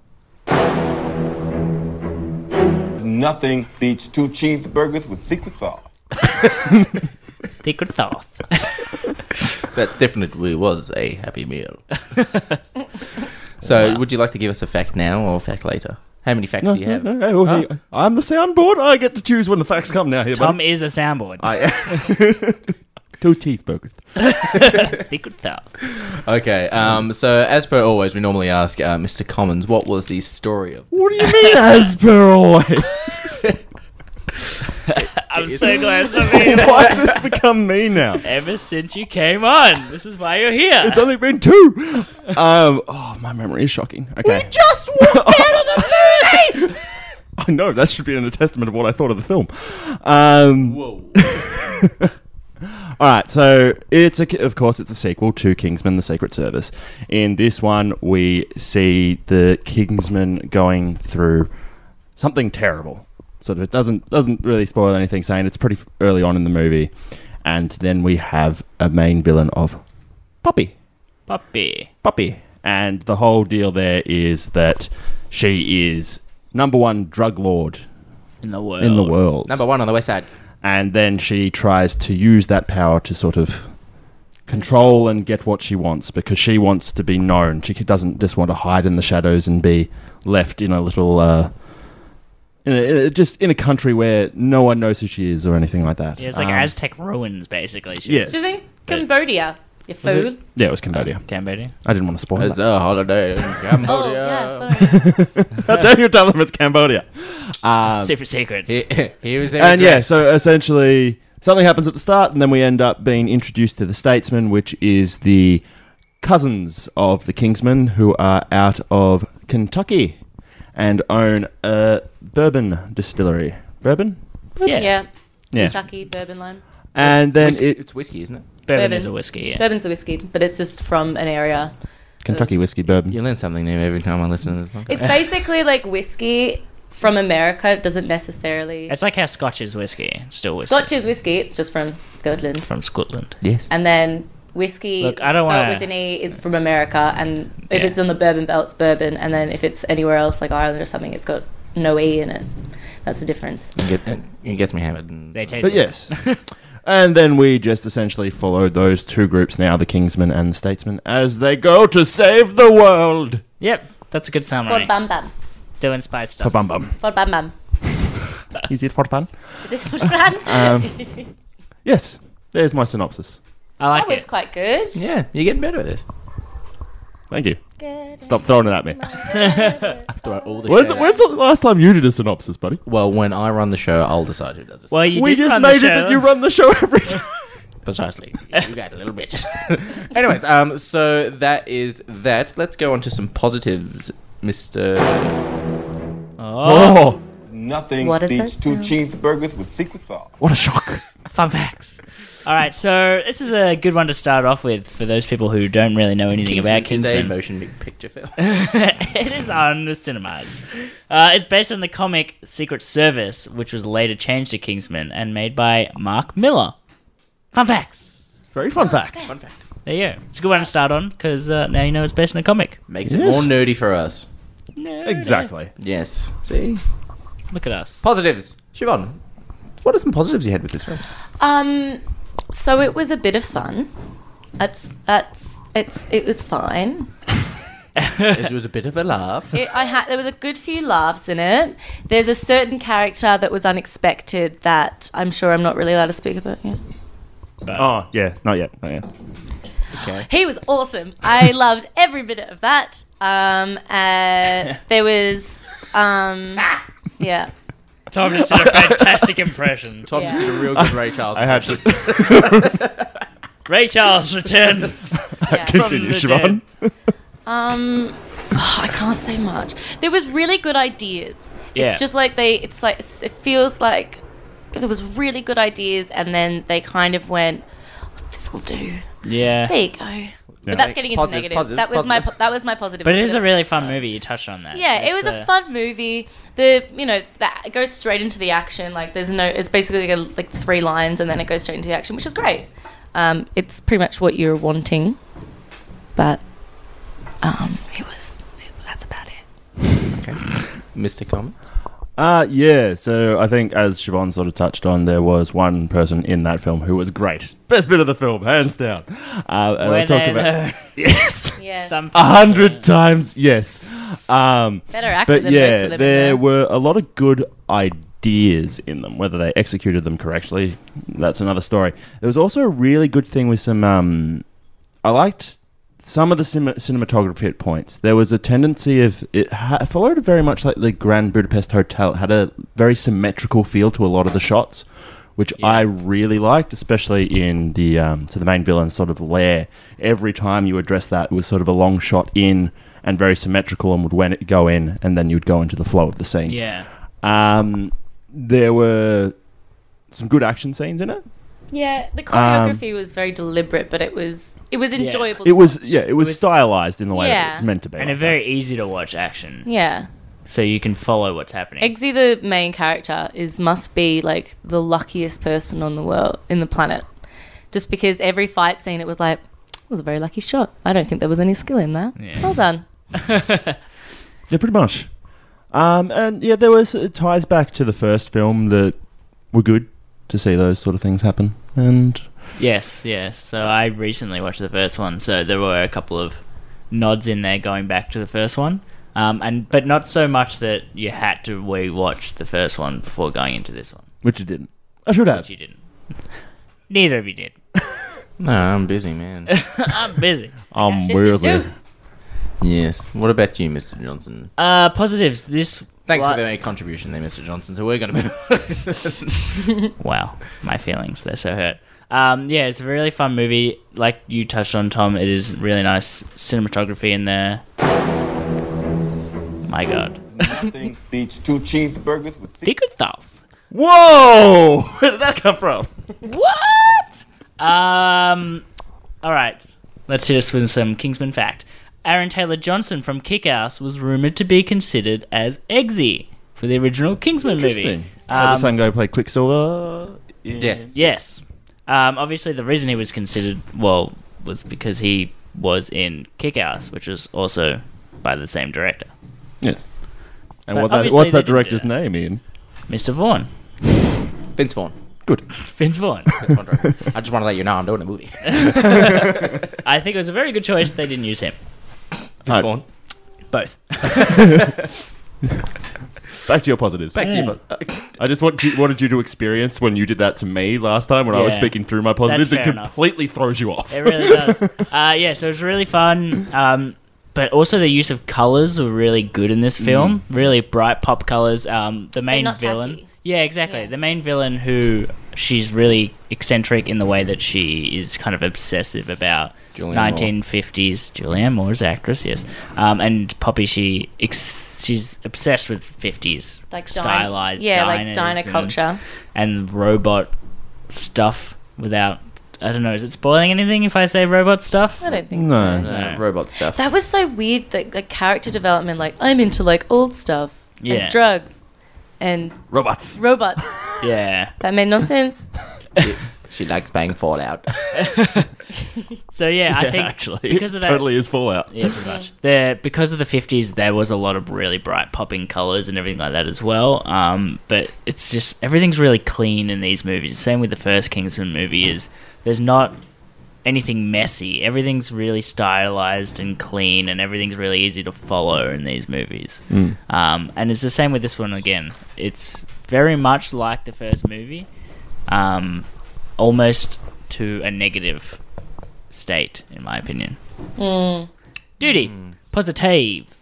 Nothing beats two cheeseburgers with secret sauce. secret thought. That definitely was a happy meal. so, would you like to give us a fact now or a fact later? How many facts No, do you have? no, no, oh, hey, I'm the soundboard. I get to choose when the facts come. Now here, Tom buddy. is a soundboard. two teeth burgers. Secret thought. Okay, um, so as per always, we normally ask uh, Mr. Commons, what was the story of. What do you mean, as per always? I'm so glad to be here. Why does it become me now? Ever since you came on, this is why you're here. It's only been two. Um, oh, my memory is shocking. Okay. We just walked out of the movie. I know that should be in a testament of what I thought of the film. Um, Whoa. all right, so it's a, of course it's a sequel to Kingsman: The Secret Service. In this one, we see the Kingsman going through something terrible. Sort of it doesn't doesn't really spoil anything, saying it's pretty f- early on in the movie, and then we have a main villain of Poppy Puppy. puppy. And the whole deal there is that she is number one drug lord In the world. in the world. Number one on the west side. And then she tries to use that power to sort of control and get what she wants because she wants to be known. She c- doesn't just want to hide in the shadows and be left in a little. Uh, in a, in a- just in a country where no one knows who she is or anything like that. Yeah, it's like Um, Aztec ruins, basically. She's- yes. She's in Cambodia. You Was it? fool. Yeah, it was Cambodia. um, Cambodia. I didn't want to spoil It's that. a holiday in Oh, Cambodia. yeah, sorry. How dare you tell them it's Cambodia? Um, Super secrets. He, he was there. and yeah, yes. so essentially something happens at the start, and then we end up being introduced to the Statesman, which is the cousins of the Kingsmen, who are out of Kentucky and own a bourbon distillery. Bourbon, Yeah. yeah. yeah. Kentucky, bourbon line. And then Whis- it it's whiskey, isn't it? Bourbon, Bourbon. is a whiskey. Yeah. Bourbon's a whiskey, but it's just from an area. Kentucky whiskey bourbon. You learn something new every time I listen to this podcast. It's basically like whiskey from America. It doesn't necessarily. It's like how Scotch is whiskey. it's Still whiskey. Scotch is whiskey. It's just from Scotland. from Scotland. yes. And then whiskey Look, I don't spelled wanna- with an E is from America. And if Yeah. it's on the bourbon belt, it's bourbon. And then if it's anywhere else, like Ireland or something, it's got no E in it. That's the difference. It, get, it gets me hammered. And, They taste but yes. And then we just essentially follow those two groups now, the Kingsmen and the Statesmen, as they go to save the world. Yep. That's a good For summary. bam bam. Doing spice stuff. For bum bum. For bam bam. Is it for fun? Is this for Fran? Yes. There's my synopsis. I like that was it. quite good. Yeah, you're getting better at this. Thank you. Good. Stop throwing it at me. Throw all the When's, shit out. when's the last time you did a synopsis, buddy? Well, when I run the show, I'll decide who does this. Well, you we did just run made the it that show. you run the show every time. Precisely. You got a little bitch. Anyways, um, so that is that. Let's go on to some positives, Mister. Oh, Oh, Nothing What is beats that two sound? cheeseburgers with secret sauce. what a shock. fun facts. All right, so this is a good one to start off with for those people who don't really know anything about Kingsman is a Kingsman. motion big picture film. it is on the cinemas. Uh, it's based on the comic Secret Service, which was later changed to Kingsman and made by Mark Miller. Fun facts. Very fun fact. Fun fact. There you go. It's a good one to start on because uh, now you know it's based on a comic. Makes it Yes. more nerdy for us. Exactly. Yes. See. Look at us. Positives. Siobhan, what are some positives you had with this film? Um, so it was a bit of fun. That's that's it's it was fine. it was a bit of a laugh. It, I had there was a good few laughs in it. There's a certain character that was unexpected that I'm sure I'm not really allowed to speak about. Yeah. Oh, yeah. Not yet. Not yet. He was awesome. I loved every bit of that. Um, uh, there was, um, yeah. Tom just did a fantastic impression. Tom Yeah. just did a real good Ray Charles. I had to. Ray Charles returns. Continue, From the Siobhan. Um, oh, I can't say much. There was really good ideas. Yeah. It's just like they. It's like it's- it feels like there was really good ideas, and then they kind of went, "Oh, "This will do." yeah. There you go. But that's getting into Positive, negative. positive, that was my positive. po- that was my positive. But it is a really fun movie. You touched on that. yeah. It It's, was a uh, fun movie. The you know that it goes straight into the action. Like there's no. It's basically like, a, like three lines, and then it goes straight into the action, which is great. Um, it's pretty much what you're wanting, but um, it was. It, that's about it. Mr. Comments. Uh, yeah, so I think as Siobhan sort of touched on, there was one person in that film who was great. Best bit of the film, hands down. Uh, and were I'll talk there, about. uh, Yes! Yes. some A hundred times, yes. Um, better actor but than most yeah, of them. in there there. were a lot of good ideas in them. Whether they executed them correctly, that's another story. There was also a really good thing with some. Um, I liked some of the cinema- cinematography at points. There was a tendency of it ha- followed very much like the Grand Budapest Hotel. It had a very symmetrical feel to a lot of the shots. Which I really liked, especially in the um, so the main villain sort of lair. Every time you address that, it was sort of a long shot in and very symmetrical, and would when it go in, and then you'd go into the flow of the scene. Yeah. Um, there were some good action scenes in it. yeah, um, the choreography was very deliberate, but it was it was enjoyable. It to was watch. yeah, it was, stylized in the way Yeah. that it's meant to be. And a very easy to watch action, yeah. so you can follow what's happening. Eggsy, the main character, is must be like the luckiest person on the world in the planet, just because every fight scene it was like it was a very lucky shot. I don't think there was any skill in that. Yeah. Well done. yeah, pretty much. Um, and yeah, there was uh, ties back to the first film that were good to see those sort of things happen. And Yes, yes. So I recently watched the first one, so there were a couple of nods in there going back to the first one. Um, and but not so much that you had to rewatch the first one before going into this one. Which you didn't. I should have. Which you didn't. Neither of you did. No, I'm busy, man. I'm busy. Um, I'm Shit to do. Yes. What about you, Mr. Johnson? Uh, positives. This Thanks li- for the contribution there, Mr. Johnson. So we're going to move. wow, my feelings, they're so hurt. Um, yeah, it's a really fun movie. Like you touched on, Tom, it is really nice cinematography in there. My God. Nothing beats two cheeseburgers with Thickerthoff. Whoa! Where did that come from? What? Um, all right. Let's hit us with some Kingsman fact. Aaron Taylor Johnson from Kick Ass was rumored to be considered as Eggsy for the original Kingsman movie. Uh, the Um, same guy who played Quicksilver. in- Yes. Um, obviously, the reason he was considered well was because he was in Kick Ass, which was also by the same director, Yes. And But what that, obviously what's they that didn't do director's name, Ian? Mr. Vaughn. Vince Vaughn. Good. Vince Vaughn. I just want to let you know I'm doing a movie. I think it was a very good choice. They didn't use him. Vince Vaughn. Both. Back to your positives. Back to your I just want you, wanted you to experience when you did that to me last time when I was Yeah. speaking through my positives. It fair enough. completely throws you off. It really does. Uh, yeah, so it was really fun. Um, but also the use of colors were really good in Mm. this film. Really bright pop colors. Um, the main not villain. Yeah, exactly. The main villain who she's really eccentric in the way that she is kind of obsessive about Julianne Moore. 1950s Julianne Moore is an actress, yes. Um, and Poppy, she ex- she's obsessed with 50s Like dine- stylized, yeah, like diners diner and- culture. and robot stuff without. I don't know. Is it spoiling anything if I say robot stuff? I don't think No. Uh, robot stuff. That was so weird. The, the character development, like I'm into like old stuff Yeah. and drugs and Robots. robots. Yeah. that made no sense. she, she likes bang Fallout. So yeah, I think actually, because of that, totally is Fallout. yeah, pretty much. The because of the fifties, there was a lot of really bright popping colors and everything like that as well. Um, but it's just everything's really clean in these movies. Same with the first Kingsman movie is there's not anything messy. Everything's really stylized and clean, and everything's really easy to follow in these movies. Um, and it's the same with this one again. It's very much like the first movie, um, almost to a negative state, in my opinion. Duty, Hmm. positives.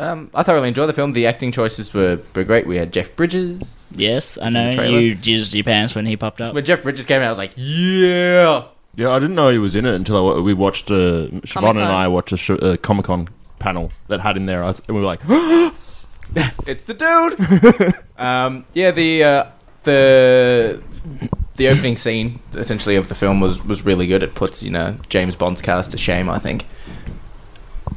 Um, I thoroughly enjoyed the film. The acting choices were, were great. We had Jeff Bridges. Yes, I Is in the know trailer. you jizzed your pants when he popped up. When Jeff Bridges came out, I was like, yeah. Yeah, I didn't know he was in it until I, wa- we watched uh, Siobhan and Comic-Con. I watched a sh- uh, Comic Con panel that had him there, I was- and we were like, It's the dude. um, yeah, the uh, the the opening scene essentially of the film was was really good. It puts you know James Bond's cast to shame, I think.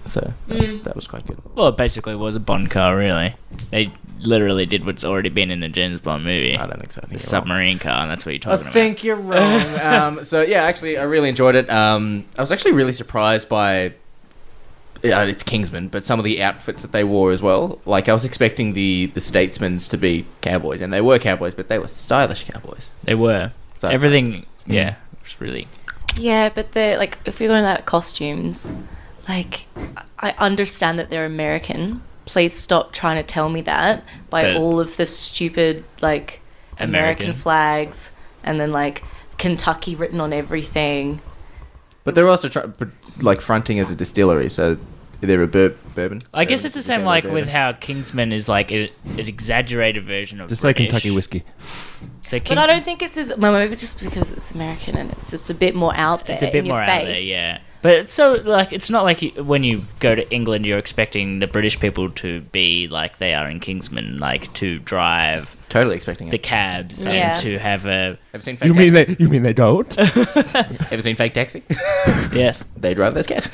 So that was, that was quite good. Well, it basically was a Bond car, really. They literally did what's already been in a James Bond movie. I don't think so. I The think you're wrong. submarine car, and that's what you're I talking about. think you're wrong. um, so yeah, actually, I really enjoyed it. Um, I was actually really surprised by. Yeah, it's Kingsman, but some of the outfits that they wore as well. Like I was expecting the the Statesmans to be cowboys, and they were cowboys, but they were stylish cowboys. They were. So- hmm. Everything, yeah, it's really. Yeah, but they're like if we're going like costumes, like I understand that they're American. Please stop trying to tell me that by That- all of the stupid like American, American. flags and then like Kentucky written on everything. But they're also try- but, like fronting as a distillery, so they're a bur- bourbon. I guess Bourbon, it's the is same that like bourbon? with how Kingsman is like a, an exaggerated version of just like British. Kentucky whiskey. So But I don't think it's as well, maybe just because it's American and it's just a bit more out there. it's a in bit your more face. out there, yeah. But it's so like it's not like you, when you go to England, you're expecting the British people to be like they are in Kingsman, like to drive Totally expecting it. the cabs Yeah. and to have a Ever seen fake You taxi? mean they? You mean they don't? Ever seen fake taxi? yes, they drive those cabs.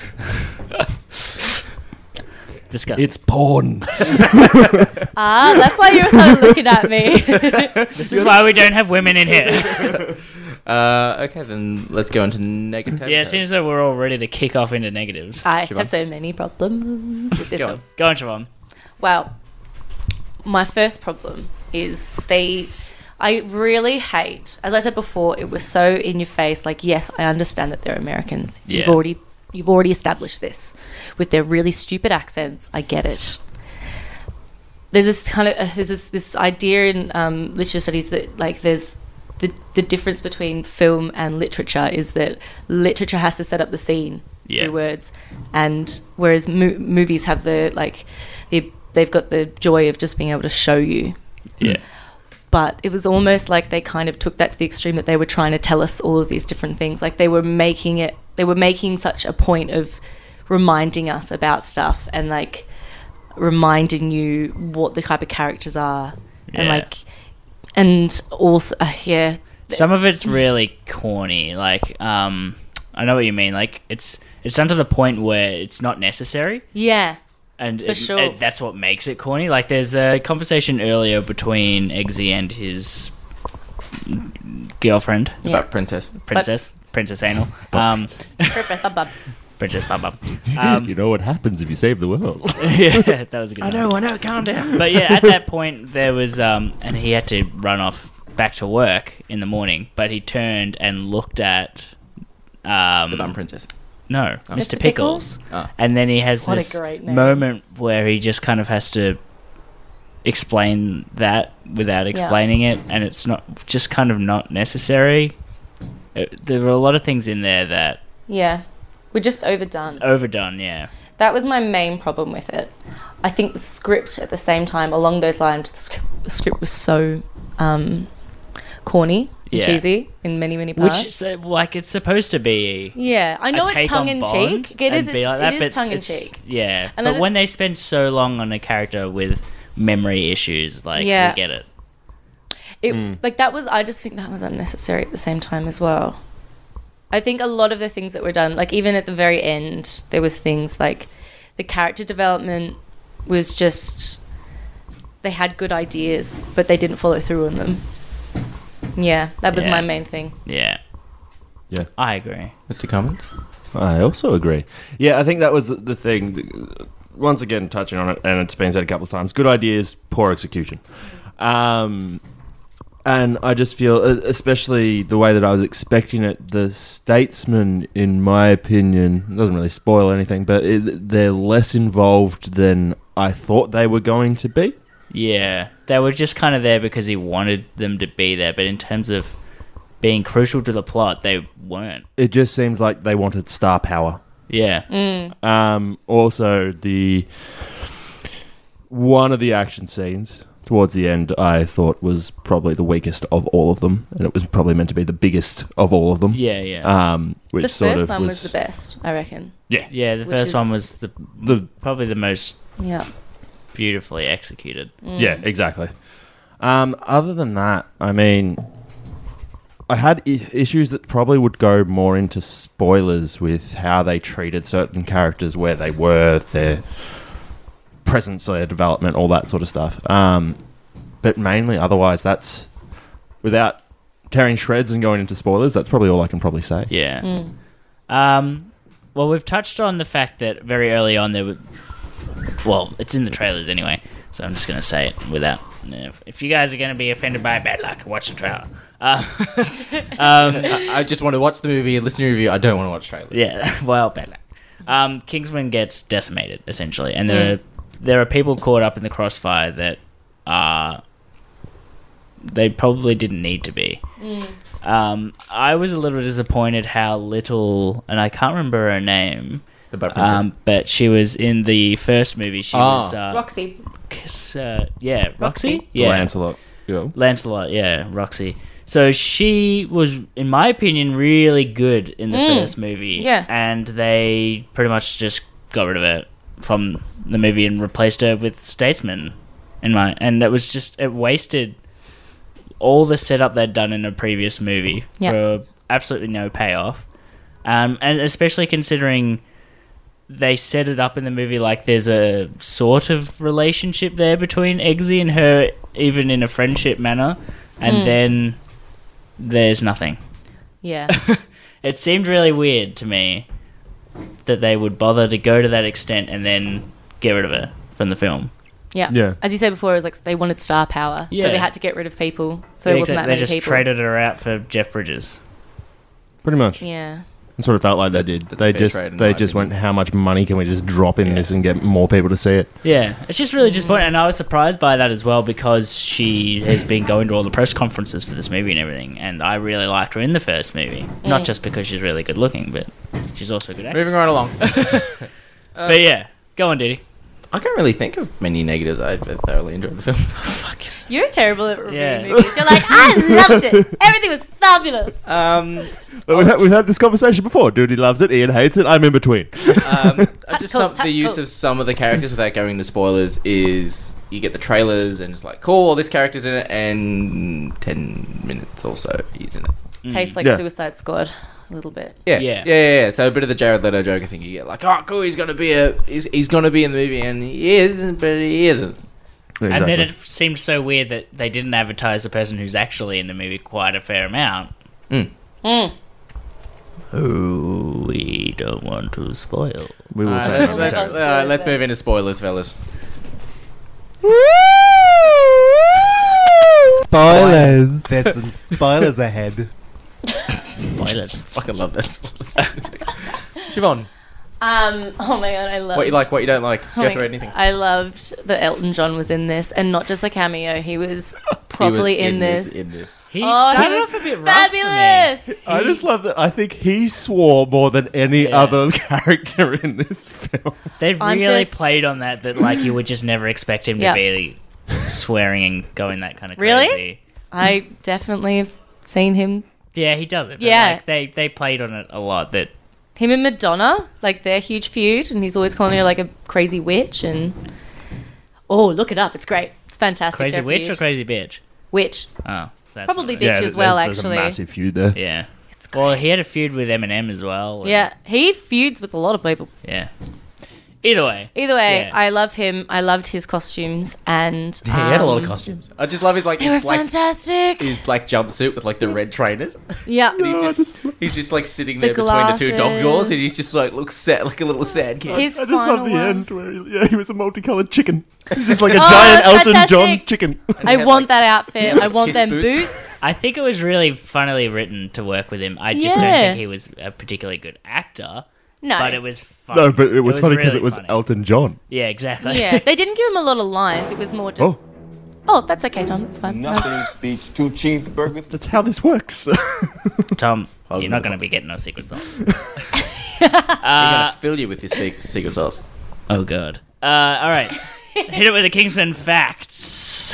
disgusting. it's porn. Ah, that's why you were so looking at me. this is why we don't have women in here. Uh, okay, then let's go into negative. yeah, it seems like we're all ready to kick off into negatives. I Siobhan. have so many problems. with this Go film. on. Go on, Siobhan. Well, my first problem is they. I really hate, as I said before, it was so in your face. Like, yes, I understand that they're Americans. You've Yeah. already, you've already established this with their really stupid accents. I get it. there's this kind of uh, there's this this idea in um, literature studies that like there's the the difference between film and literature is that literature has to set up the scene Yeah. through words, and whereas mo- movies have the like the, they've got the joy of just being able to show you. Yeah. But it was almost like they kind of took that to the extreme that they were trying to tell us all of these different things. Like they were making it, they were making such a point of reminding us about stuff and like reminding you what the type of characters are and Yeah. like and also uh, yeah Some of it's really corny. Like, um, I know what you mean. Like, it's it's done to the point where it's not necessary. yeah and For it- sure. it- that's what makes it corny. Like there's a conversation earlier between Eggsy and his girlfriend Yeah. About princess. princess, princess anal, um, uh, princess bub bub. Um, you know what happens if you save the world. yeah, that was a good. I know, I know, calm down. But yeah, at that point there was, um, and he had to run off back to work in the morning. But he turned and looked at um, The Bum Princess. No, Oh. Mr. Mr. Pickles. Pickles? Ah. And then he has What a this great name. moment where he just kind of has to explain that without explaining it, and it's not just kind of not necessary. It- there were a lot of things in there that yeah we're just overdone overdone. Yeah, that was my main problem with it i think the script at the same time along those lines the script, the script was so um corny and Yeah. cheesy in many many which parts is uh, like it's supposed to be. yeah i a know it's take on tongue in Bond cheek it and is be like that, it but is tongue in it's- cheek Yeah, And I but don't- when they spend so long on a character with memory issues, like Yeah. we get it. it Mm. like that was i just think that was unnecessary at the same time as well i think a lot of the things that were done like even at the very end there was things like the character development was just they had good ideas but they didn't follow through on them yeah that was Yeah. my main thing Yeah, Yeah. I agree. Mr. Cummins? I also agree. Yeah, I think that was the- the thing. Once again, touching on it, and it's been said a couple of times: good ideas, poor execution. Um, and I just feel, e- especially the way that I was expecting it, the statesmen, in my opinion, it doesn't really spoil anything, but it, they're less involved than I thought they were going to be. Yeah, they were just kind of there because he wanted them to be there, but in terms of being crucial to the plot, they weren't. It just seemed like they wanted star power. Yeah. Mm. Um, also, the one of the action scenes towards the end, I thought was probably the weakest of all of them, and it was probably meant to be the biggest of all of them. Yeah, yeah. Um, which the sort first of one was, was, the best i reckon Yeah. Yeah, the Which first is- one was the, The- probably the most Yeah. beautifully executed. Yeah, exactly. Um, other than that, I mean, I had I- issues that probably would go more into spoilers with how they treated certain characters, where they were, their presence, their development, all that sort of stuff. Um, but mainly, otherwise, that's without tearing shreds and going into spoilers. That's probably all I can probably say. Yeah. Um, well, we've touched on the fact that very early on there were. Well, it's in the trailers anyway, so I'm just going to say it without. If if you guys are going to be offended by bad luck, watch the trailer. Uh, um, I, I just want to watch the movie and listen to your review. I don't want to watch trailers. Yeah, well, bad luck. Um, Kingsman gets decimated essentially, and there are there are people caught up in the crossfire that are they probably didn't need to be. Um, I was a little disappointed how little, and I can't remember her name. The Bud Princess. Um, but she was in the first movie. She Ah. was uh, roxy kiss, uh, yeah, Roxy, Roxy? yeah, Lancelot. Yeah. Lancelot, yeah, Roxy. So she was, in my opinion, really good in the Mm. first movie. Yeah. And they pretty much just got rid of it from the movie and replaced her with Statesman. In my and that was just it wasted all the setup they'd done in a previous movie Yeah. for absolutely no payoff. Um, and especially considering they set it up in the movie like there's a sort of relationship there between Eggsy and her, even in a friendship manner, and Mm. then there's nothing. yeah It seemed really weird to me that they would bother to go to that extent and then get rid of it from the film. yeah Yeah. as you said before it was like they wanted star power Yeah. so they had to get rid of people so they there wasn't that they many just people traded her out for Jeff Bridges. Pretty much. yeah That's what it felt like they did. They fair just trade, in they my just went, how much money can we just drop in this and get more people to see it? Yeah, it's just really disappointing, Mm. and I was surprised by that as well because she has been going to all the press conferences for this movie and everything, and I really liked her in the first movie, not Mm. just because she's really good looking, but she's also a good actress. Moving right along. Uh, but yeah, go on, Diddy. I can't really think of many negatives. I, I thoroughly enjoyed the film. Fuck yourself. You're terrible at reviewing Yeah. movies. You're like, I loved it. Everything was fabulous. Um, But we've, had, we've had this conversation before. Dude, he loves it. Ian hates it. I'm in between. Um, uh, just cool, some, the use of some of the characters without going into spoilers is you get the trailers and it's like, cool, all this character's in it, and 10 minutes or so he's in it. Tastes like Suicide Squad a little bit. Yeah. yeah, yeah, yeah. So a bit of the Jared Leto Joker thing. You get like, oh, cool, he's gonna be a, he's, he's gonna be in the movie, and he isn't, but he isn't. And then it f- seemed so weird that they didn't advertise the person who's actually in the movie quite a fair amount. Mm. Mm. Who we don't want to spoil. Oh, We will Uh, say let's, no let's- details. uh, let's move into spoilers, fellas. Spoilers. There's some spoilers ahead. spoilers. Fucking love that spoilers. Siobhan, Um. Oh my god, I love. what you like, what you don't like. Oh Go my through God, anything. I loved that Elton John was in this, and not just a cameo. He was probably in, this. in this. He oh, started he was off a bit rough for me. fabulous. I just love that. I think he swore more than any other character in this film. They I'm really just- played on that that like you would just never expect him Yeah. to be swearing and going that kind of crazy. Really? I definitely have seen him. Yeah, he does it. But Yeah. like, they they played on it a lot. That Him and Madonna, like their huge feud, and he's always calling her like a crazy witch. And oh, look it up. It's great. It's fantastic. crazy their witch feud. or crazy bitch? Witch. Oh, that's Probably not bitch as well, actually. feud there. Yeah. Well, he had a feud with Eminem as well. and- Yeah, he feuds with a lot of people. Yeah. Either way. Either way, Yeah. I love him. I loved his costumes, and He had a lot of um, costumes. I just love his like They were his black, fantastic. his black jumpsuit with like the red trainers. Yeah. And he just, he's just like sitting The there between the two dog glasses. and he's just like looks sad, like a little sad kid. His I just love final the one. end where he, yeah, he was a multicolored chicken. He's just like a Oh, giant that's Elton John fantastic. chicken. I want that outfit. I want them boots. I think it was really funnily written to work with him. I just don't Yeah. think he was a particularly good actor. No. But it was fun. No, but it was funny because really it was funny. Elton John. Yeah, exactly. Yeah, they didn't give him a lot of lines. It was more just. Oh, that's okay, Tom. That's fine. Nothing beats two cheeseburgers. That's how this works. Tom, you're not going to be getting no secret sauce. I'm uh, gonna fill you with his big secret sauce. Oh god. uh, all right. Hit it with the Kingsman facts.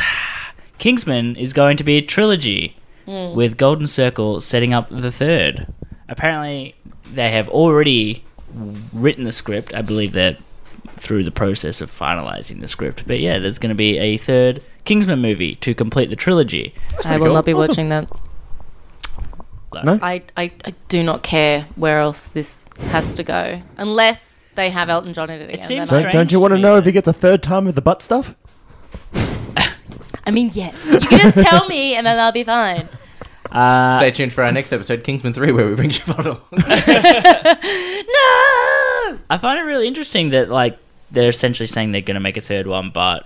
Kingsman is going to be a trilogy Mm. with Golden Circle setting up the third. Apparently, they have already written the script. I believe they're through the process of finalizing the script. But yeah, there's going to be a third Kingsman movie to complete the trilogy. I will not be watching that. No? I, I, I do not care where else this has to go, unless they have Elton John in it again. then I- Don't, don't you want to know if he gets a third time with the butt stuff? I mean, yes. You can just tell me, and then I'll be fine. Uh, Stay tuned for our next episode, Kingsman Three, where we bring Siobhan along. I find it really interesting that like they're essentially saying they're going to make a third one, but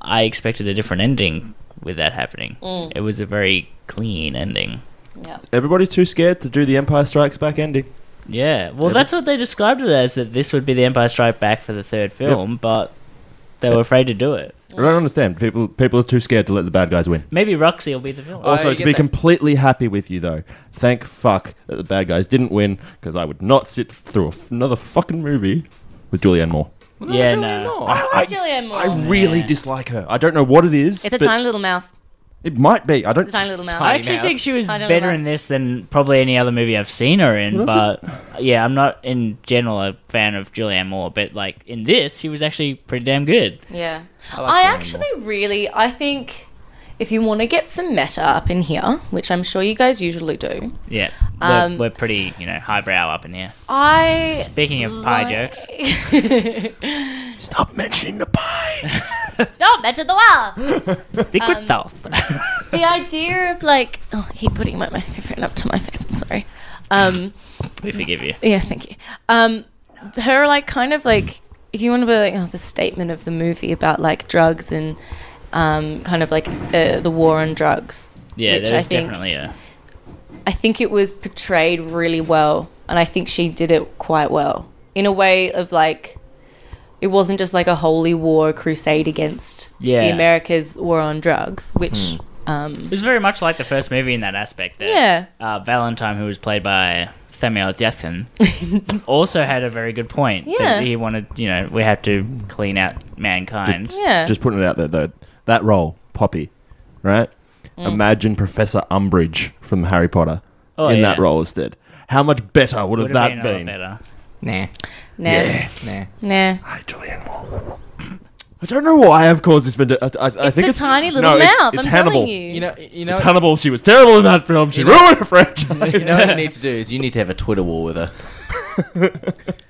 I expected a different ending with that happening. Mm. It was a very clean ending. Everybody's too scared to do the Empire Strikes Back ending. Yeah. Well, Yeah, that's what they described it as that this would be the Empire Strike Back for the third film, but they were afraid to do it. I don't understand. People people are too scared to let the bad guys win. Maybe Roxy will be the villain. Also, to be completely happy with you though, thank fuck that the bad guys didn't win because I would not sit through another fucking movie with Julianne Moore. yeah, no. I, I- Julianne Moore. I really dislike her. I don't know what it is. It's a but tiny little mouth. It might be. I don't. It's a tiny little mouth. I actually think she was Tiny little better mouth. in this than probably any other movie I've seen her in. Well, but that's yeah, I'm not in general a fan of Julianne Moore, but like in this, she was actually pretty damn good. Yeah. I, like Julianne actually really, I think if you want to get some meta up in here, which I'm sure you guys usually do, Yeah, we're, Um, we're pretty you know highbrow up in here. I. Speaking of pie jokes, Stop mentioning the pie. Don't mention the wall. Secret Um, thought. the idea of like, oh, I keep putting my microphone up to my face. I'm sorry. Um, we forgive you. Yeah, thank you. Um, her like kind of like if you want to be like oh, the statement of the movie about like drugs and um, kind of like uh, the war on drugs. Yeah, which there's I think definitely a I think it was portrayed really well and I think she did it quite well in a way of like it wasn't just like a holy war crusade against the Yeah. Americas war on drugs, which It um, was very much like the first movie in that aspect. That, Yeah. Uh, Valentine, who was played by Samuel Jackson, also had a very good point. Yeah. That he wanted, you know, we have to clean out mankind. Just, just putting it out there though. That role, Poppy, right? Mm. Imagine Professor Umbridge from Harry Potter Oh, in yeah. that role instead. How much better would have Would've that been a lot been? better. Nah. nah, Yeah. nah. I don't know why I've caused this. Vend- I, I, I think It's the it's tiny little no, it's- mouth, It's, I'm telling Hannibal. you. You know- you know- it's Hannibal. She was terrible in that film. She You know- ruined a franchise. Uh, You know what you need to do is you need to have a Twitter war with her.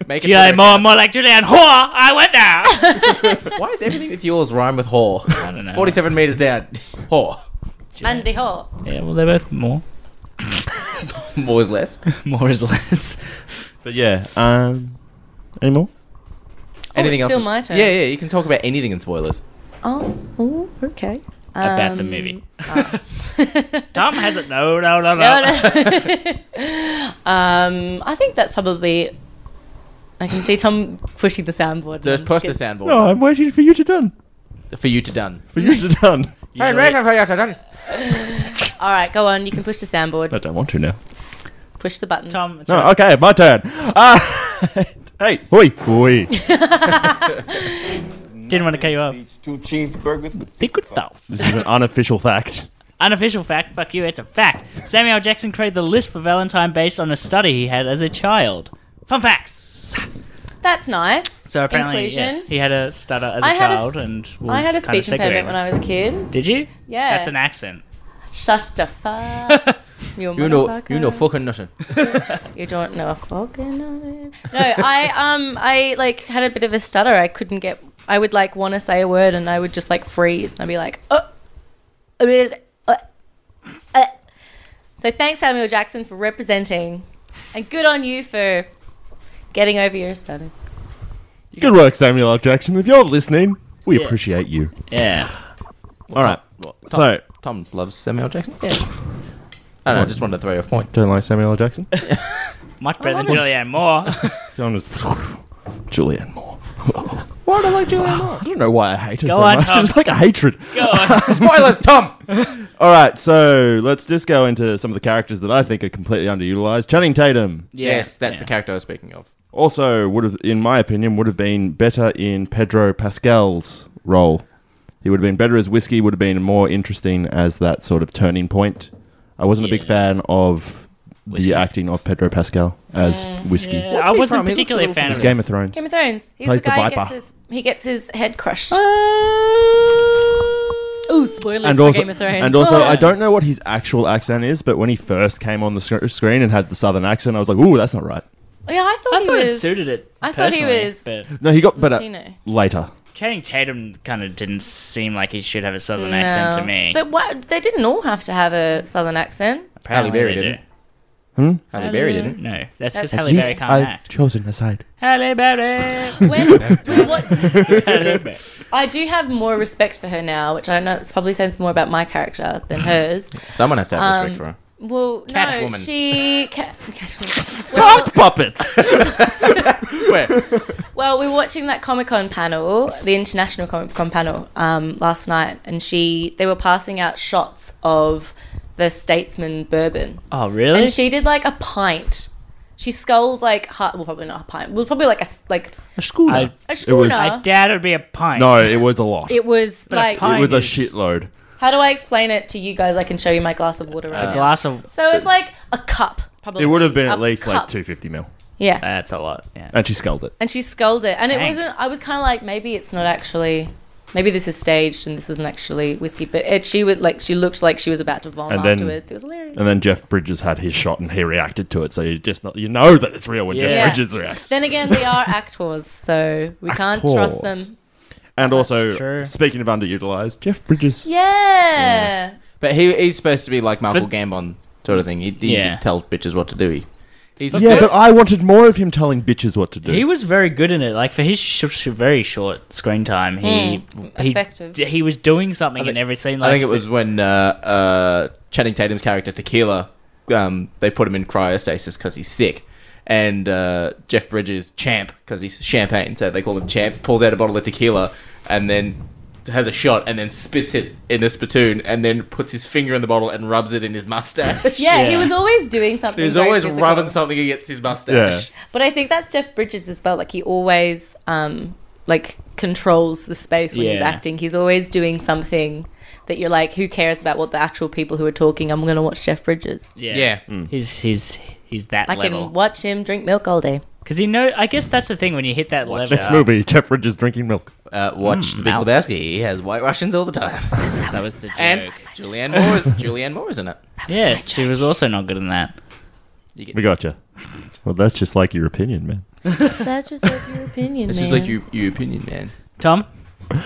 Make a Julianne Twitter Moore, more like Julianne Whore. I went there. account. Why is everything with yours rhyme with whore? I don't know. Forty-seven meters down, whore. Andy Hall. yeah, well, they're both more. More is less. More is less. But yeah. Um, any more? anything it's else? still my turn. Yeah, yeah. You can talk about anything in spoilers. Oh, ooh, okay. About the Um, movie. ah. Tom has it. No, no, no, No, no. no. um, I think that's probably. I can see Tom pushing the soundboard. Just and push the skips. soundboard. No, I'm waiting for you to done. For you to done. For you to done. All right, go on. You can push the soundboard. I don't want to now. Push the button. Tom. No, okay, my turn. Ah, hey, oi, oi. Didn't want to cut you off. Two cheeseburgers with secret sauce. This is an unofficial fact. Unofficial fact, fuck you, it's a fact. Samuel Jackson created the list for Valentine based on a study he had as a child. Fun facts. That's nice. So apparently, Inclusion. yes, he had a stutter as a I had a child s- and was I had a kind of speech impediment when I was a kid. Did you? Yeah. That's an accent. Shut the fuck. You You know, you know fucking nothing. motherfucker. You don't know a fucking. No, I um, I like had a bit of a stutter. I couldn't get. I would like want to say a word, and I would just like freeze, and I'd be like, oh, it is- uh, uh." So thanks Samuel Jackson for representing, and good on you for getting over your stutter. Good work, Samuel L. Jackson. If you're listening, we appreciate you. Yeah. All right. so, Tom loves Samuel Jackson. Yeah. I don't know, I just wanted to throw you off point. Don't like Samuel L. Jackson? Oh, Much better than love it. Julianne Moore. John is Julianne Moore. Why do I like Julianne Moore? I don't know why I hate her Go so on, much. Tom. It's like a hatred. Go on. Spoilers, Tom! All right, so let's just go into some of the characters that I think are completely underutilized. Channing Tatum. Yes, that's the character I was speaking of. also would have, in my opinion, would have been better in Pedro Pascal's role. He would have been better as whiskey. Would have been more interesting as that sort of turning point. I wasn't a big fan of the acting of Pedro Pascal as whiskey. Yeah, I wasn't particularly a fan It's of Game of Thrones. Game of Mm, Thrones. He's Plays the guy who Viper. gets his he gets his head crushed. Oh, Ooh, spoilers and for also, Game of Thrones. and also, Oh. I don't know what his actual accent is, but when he first came on the sc- screen and had the southern accent, I was like, "Ooh, that's not right." Yeah, I thought I he thought it was suited it I thought he personally, was. but- No, he got better Latino. later. Channing Tatum kind of didn't seem like he should have a southern accent to No. me. But why, they didn't all have to have a southern accent. Halle Apparently Berry they do. didn't. Hmm? Halle Berry didn't. No, That's- that's because At Halle Berry can't I've act. chosen a side. Halle Berry. When- what- Halle Berry. I do have more respect for her now, which I know it's probably says more about my character than hers. Someone has to have respect Um, for her. Well, no, Catwoman. she. Cat, Catwoman. Sock puppets. Where? Well, we were watching that Comic Con panel, the international Comic Con panel, um, last night, and she they were passing out shots of the Statesman bourbon, Oh, really? and she did like a pint. She sculled like ha- well, probably not a pint, well, probably like a s- like a schooner. I, a schooner. I doubt it'd be a pint. No, it was a lot. it was a like pint it was a is- shitload. how do I explain it to you guys? I can show you my glass of water right A now. glass of. So it's like a cup, probably. It would have been A at least like cup. 250 mil. Yeah. That's a lot. Yeah. And she sculled it. And she sculled it, and it Dang. wasn't. I was kind of like, maybe it's not actually. Maybe this is staged and this isn't actually whiskey. But it, she would like she looked like she was about to vomit And then- afterwards. It was hilarious. And then Jeff Bridges had his shot and he reacted to it. So you just not, you know that it's real when Yeah. Jeff Bridges reacts. Then again, they are actors, so we can't trust Actors. them. And also, true. speaking of underutilized, Jeff Bridges. Yeah. But he, he's supposed to be like Michael Gambon sort of thing. He, he Yeah. just tells bitches what to do. He, he's Yeah, but I wanted more of him telling bitches what to do. He was very good in it. Like for his sh- sh- very short screen time, he Mm, he effective. d- he was doing something in every scene. Like I think it was when uh, uh, Channing Tatum's character Tequila, um, they put him in cryostasis because he's sick, and uh, Jeff Bridges, Champ, because he's champagne, so they call him Champ, pulls out a bottle of tequila and then has a shot and then spits it in a spittoon and then puts his finger in the bottle and rubs it in his mustache. Yeah, he was always doing something. He's very always physical. rubbing something against his mustache. But I think that's Jeff Bridges as well. Like he always um like controls the space when he's Yeah. acting. He's always doing something that you're like, who cares about what the actual people who are talking? I'm gonna watch Jeff Bridges. Yeah. Yeah. He's he's he's that I level. can watch him drink milk all day. Because you know, I guess that's the thing when you hit that level. Next movie, Jeff Bridges drinking milk. Uh, watch The Big Lebowski. He has white Russians all the time. That was the joke. And Julianne Moore, is, Julianne Moore is in it. yeah, she was also not good in that. We gotcha. Well, that's just like your opinion, man. That's just like your opinion, This is like your, your opinion, man. Tom? Uh,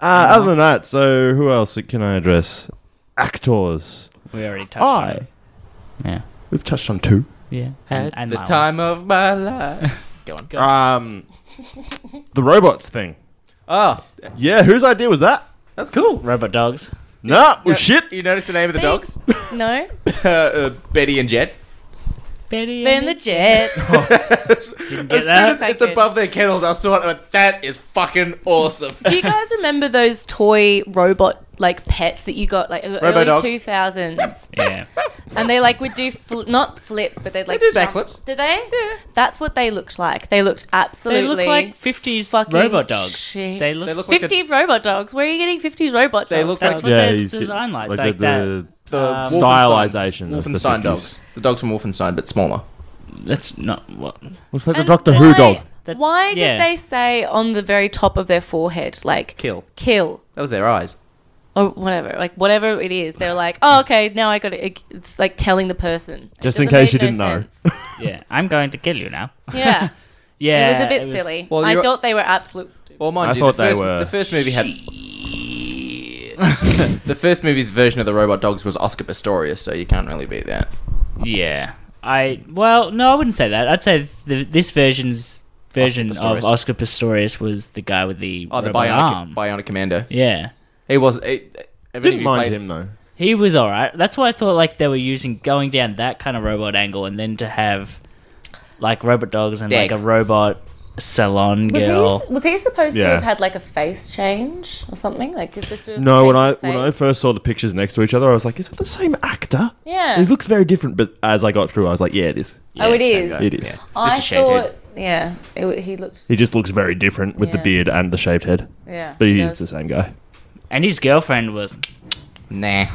other than that, so who else can I address? Actors. We already touched on I. Yeah. We've touched on two. Yeah. At And- and the my time of my life. Go on. Um, the robots thing. Oh, Yeah, whose idea was that? that's cool. Robot dogs. No, nah, well, shit. You notice the name of the They- dogs? No? uh, uh, Betty and Jet. Betty Then the jet. Didn't As get soon that. as it's above their kennels, I saw it. I went, that is fucking awesome. Do you guys remember those toy robot like pets that you got like Robodog. early two thousands? Yeah. And they like would do fl- not flips, but they'd like do jump- backflips. Did they? Yeah. That's what they looked like. They looked absolutely. They look like 50s fucking robot dogs. shit. They look, They look like the, 50 robot dogs. Where are you getting 50 robot dogs? They look That's like what Yeah, they're he's get- designed like. like Like, the- that. the um, Stylization Wolfenstein, of the Wolfenstein 50s. dogs. The dogs from Wolfenstein, but smaller. That's not what. Looks like And the Doctor Who why- dog. That- Why did yeah. they say on the very top of their forehead, like, Kill. kill That was their eyes. or whatever? Like, whatever it is, they're like, oh, okay, now I got it. It's like telling the person. It Just in doesn't case you make no didn't know. sense. Yeah, I'm going to kill you now. Yeah. Yeah. it was a bit silly. Well, I you're- thought they were absolute. stupid. Well, mind I you, thought the they first, were- The first movie had. the first movie's version of the robot dogs was Oscar Pistorius, so you can't really beat that. Yeah. I well, no, I wouldn't say that. I'd say the, this version's version Pistorius. of Oscar Pistorius was the guy with the Oh, the robot Bionic, arm. Bionic Commando. yeah. He was. He, if any of Didn't you mind played- him though. He was all right. That's why I thought like they were using going down that kind of robot angle, and then to have like robot dogs and like Dags. a robot salon Was girl. he, was he supposed to Yeah. have had like a face change or something? Like, is this No, when I when I first saw the pictures next to each other, I was like, "Is that the same actor?" Yeah. It looks very different, but as I got through, I was like, "Yeah, it is. oh, it same is. guy. It is." Yeah. I Just a shaved thought, head. yeah, it, w- he looked, He just looks very different with Yeah. the beard and the shaved head, yeah. but he he is does. the same guy. And his girlfriend was Nah.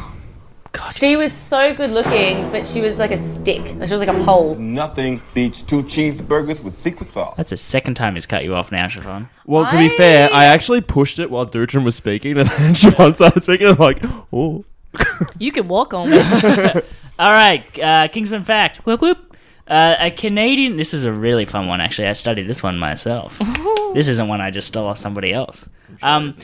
She was so good looking, but she was like a stick. She was like a pole. Nothing beats two cheeseburgers with secret sauce. that's the second time he's cut you off now, Siobhan. Well, to be fair, I actually pushed it while Dutrin was speaking, and then Siobhan started speaking. I'm like, "Oh, You can walk on it. All right, uh, Kingsman fact. Whoop whoop. Uh, a Canadian. This is a really fun one, actually. I studied this one myself. this isn't one I just stole off somebody else. um,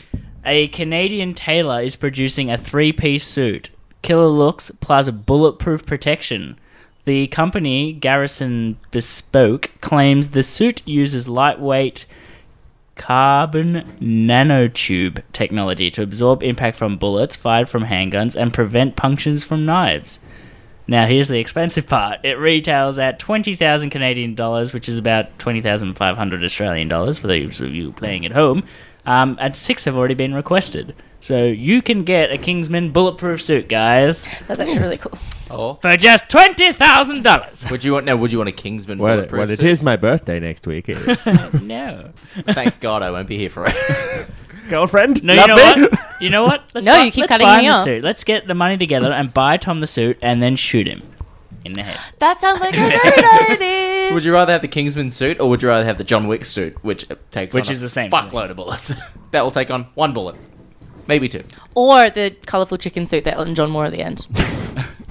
a Canadian tailor is producing a three-piece suit. Killer looks plus bulletproof protection. The company Garrison Bespoke claims the suit uses lightweight carbon nanotube technology to absorb impact from bullets fired from handguns and prevent punctures from knives. Now, here's the expensive part. It retails at 20,000 Canadian dollars, which is about 20,500 Australian dollars for those of you playing at home. Um, and six have already been requested. So you can get a Kingsman bulletproof suit, guys, That's actually really cool. Oh. for just $20,000. Would you want? No. Would you want a Kingsman well, bulletproof well it suit? is my birthday next week, eh? Oh, no. Thank God I won't be here for it. girlfriend." No, you love know me? what? You know what? Let's No, you keep let's cutting buy me him the off. Suit. Let's get the money together and buy Tom the suit and then shoot him in the head. That sounds like a great idea. would you rather have the Kingsman suit or would you rather have the John Wick suit, which uh, takes Which on is a the same fuckload thing. of bullets? that will take on one bullet, maybe two. Or the colourful chicken suit that Elton John wore at the end.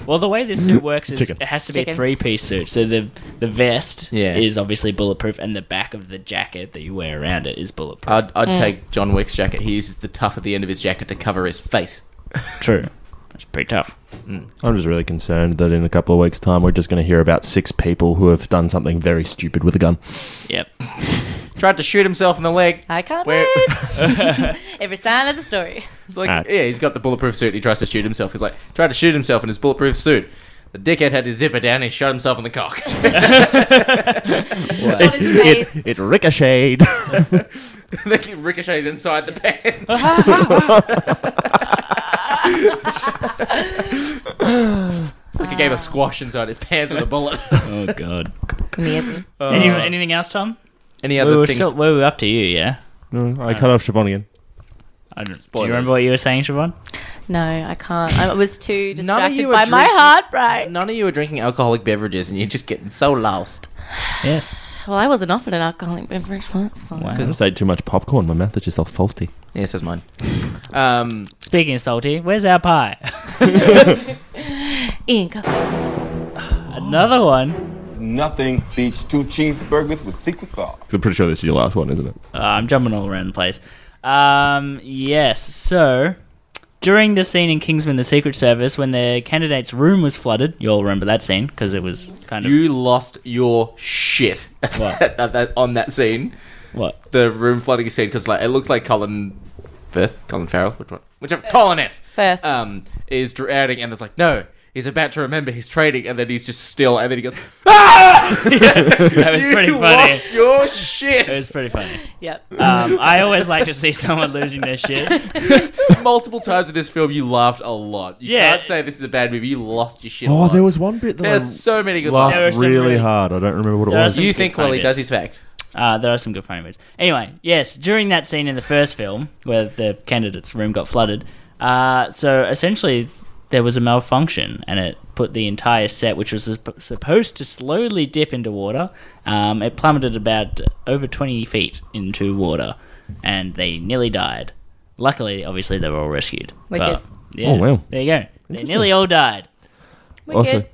Well, the way this suit works is Chicken. it has to be Chicken. a three-piece suit. So the the vest Yeah. is obviously bulletproof, and the back of the jacket that you wear around it is bulletproof. I'd, I'd take John Wick's jacket. He uses the tuff at the end of his jacket to cover his face. True. That's pretty tough. I'm just really concerned that in a couple of weeks' time, we're just going to hear about six people who have done something very stupid with a gun. Yep. Tried to shoot himself in the leg. I can't Where- wait. Every sign has a story. It's like, Ah. yeah, he's got the bulletproof suit. He tries to shoot himself. He's like, tried to shoot himself in his bulletproof suit. The dickhead had his zipper down and he shot himself in the cock. Shot his It- face. it- it ricocheted. They it ricocheted inside the pan. it's like he gave a squash inside his pants with a bullet. Oh god. Uh, Amazing. Any, anything else, Tom? Any We other were things? still- we were up to you, yeah. No, I cut off Siobhan again. I don't, do you remember what you were saying, Siobhan? No, I can't. I was too None of distracted you by are my drinking- heartbreak. None of you are drinking alcoholic beverages, and you're just getting so lost. Yes. Well, I wasn't offered an alcoholic beverage. Well, that's fine. Wow. I just ate too much popcorn. My mouth is just all salty. Yes, that's mine. Um, Speaking of salty, where's our pie? Ink. Another one. Nothing beats two cheeseburgers with secret sauce. I'm pretty sure this is your last one, isn't it? Uh, I'm jumping all around the place. Um, yes. So, during the scene in Kingsman: The Secret Service, when the candidate's room was flooded, you'll remember that scene because it was kind of you lost your shit at that- on that scene. What? The room flooding scene, because like, it looks like Colin Firth, Colin Farrell, which one? Whichever, Colin F. Firth. Uh, Um, is drowning, and it's like, no, he's about to remember he's trading, and then he's just still, and then he goes, "Ah, that was You pretty funny. lost your shit. It was pretty funny. Yep. Um, I always like to see someone losing their shit. Multiple times in this film, you laughed a lot. You Yeah. can't say this is a bad movie. You lost your shit. a Oh, lot. there was one bit that I There's so many good laughed laughs. really, hard. I don't remember what it was. You think while he does his fact. Uh, there are some good funny bits. Anyway, yes, during that scene in the first film where the candidate's room got flooded, uh, so essentially there was a malfunction and it put the entire set, which was sup- supposed to slowly dip into water, um, it plummeted about over 20 feet into water and they nearly died. Luckily, obviously, they were all rescued. Wicked. But, yeah, Oh, wow. There you go. They Interesting. nearly all died. uh, Also,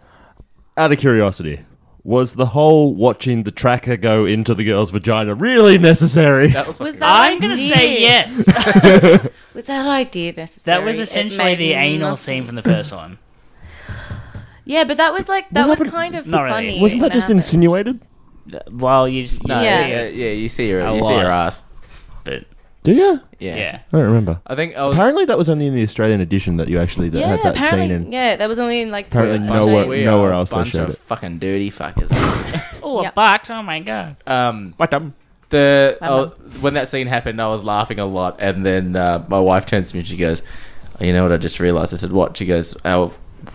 out of curiosity, was the whole watching the tracker go into the girl's vagina really necessary? That Was that I'm going to idea- say yes. Was that idea necessary? that was It essentially made the anal nothing- scene from the first one. Yeah, but that was like that was kind of Not really. funny. Wasn't that when it just happened. insinuated? Well, you just you No, see yeah, it. yeah, you see her, A you see her lot. ass. But Do you? yeah, Yeah. I don't remember. I think I was- Apparently, that was only in the Australian edition that you actually that Yeah, had that apparently, scene in. yeah, that was only in like. Apparently the- nowhere- Shane. We are nowhere a else they bunch showed of it. Fucking dirty fuckers. Oh, a butt! Oh my god! um, what um? The What um? oh, when that scene happened, I was laughing a lot, and then uh, my wife turns to me and she goes, "You know what? I just realised." I said, "What?" She goes, "Our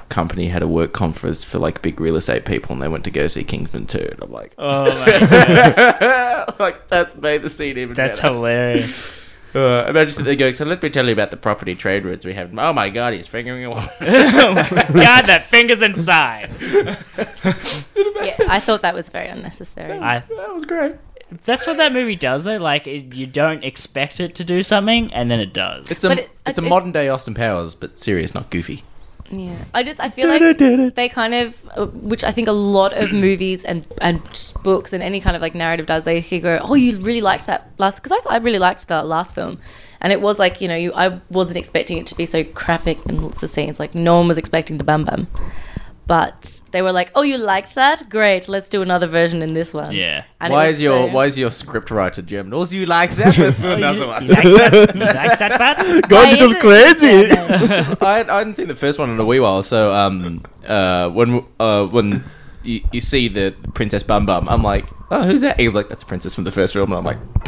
company had a work conference for like big real estate people, and they went to go see Kingsman 2. And I'm like, Oh my god! like that's made the scene even. That's better. hilarious. Uh, imagine that they go. So let me tell you about the property trade routes we have. Oh my god, he's fingering a woman. oh my god! That finger's inside. Yeah, I thought that was very unnecessary. I, that was great. that's what that movie does, though. Like it, you don't expect it to do something, and then it does. It's a But it- it's a it- modern day Austin Powers, but serious, not goofy. Yeah, I just I feel like they kind of, uh, which I think a lot of movies and and books and any kind of like narrative does. They go, oh, you really liked that last because I thought I really liked that last film, and it was like you know you I wasn't expecting it to be so graphic and lots of scenes. Like no one was expecting the bam bam, but they were like, oh, you liked that? Great, let's do another version in this one. Yeah. And it why was is your so- why is your script writer German? Also, you like that? Let's do another one. like Oh, that? You like that part? Go a Why little is it- crazy. I, I hadn't seen the first one in a wee while, so um uh when uh when you, you see the Princess Bum Bum, I'm like, oh, who's that? He's like, that's a princess from the first film, and I'm like,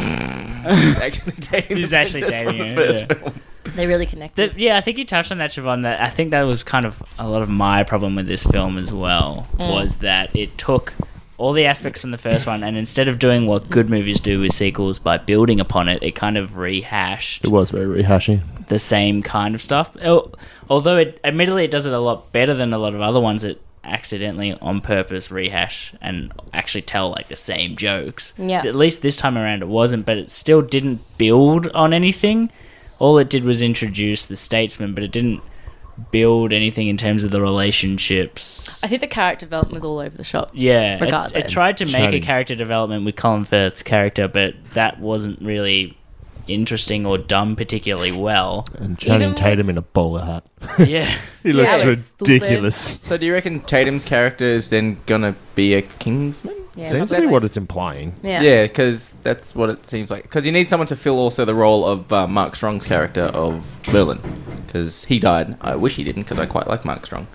he's actually dating. He's the actually princess from dating the her, first yeah. film. They really connected. The- yeah, I think you touched on that, Siobhan. That I think that was kind of a lot of my problem with this film as well Mm. was that it took all the aspects from the first one, and instead of doing what good movies do with sequels by building upon it, it kind of rehashed It was very rehashing. the same kind of stuff. Al- Although it admittedly it does it a lot better than a lot of other ones that accidentally on purpose rehash and actually tell like the same jokes. Yeah. At least this time around it wasn't, but it still didn't build on anything. All it did was introduce the statesman, but it didn't build anything in terms of the relationships. I think the character development was all over the shop. Yeah, it- regardless. it, tried to make Shiny. a character development with Colin Firth's character, but that wasn't really interesting or done particularly well. And Channing Tatum in a bowler hat. Yeah. he Yeah, looks it was stupid. ridiculous. So, do you reckon Tatum's character is then gonna be a Kingsman? Yeah, Seems to be what it's implying. Yeah. Yeah, because that's what it seems like. Because you need someone to fill also the role of uh, Mark Strong's character of Merlin, because he died. I wish he didn't, because I quite like Mark Strong.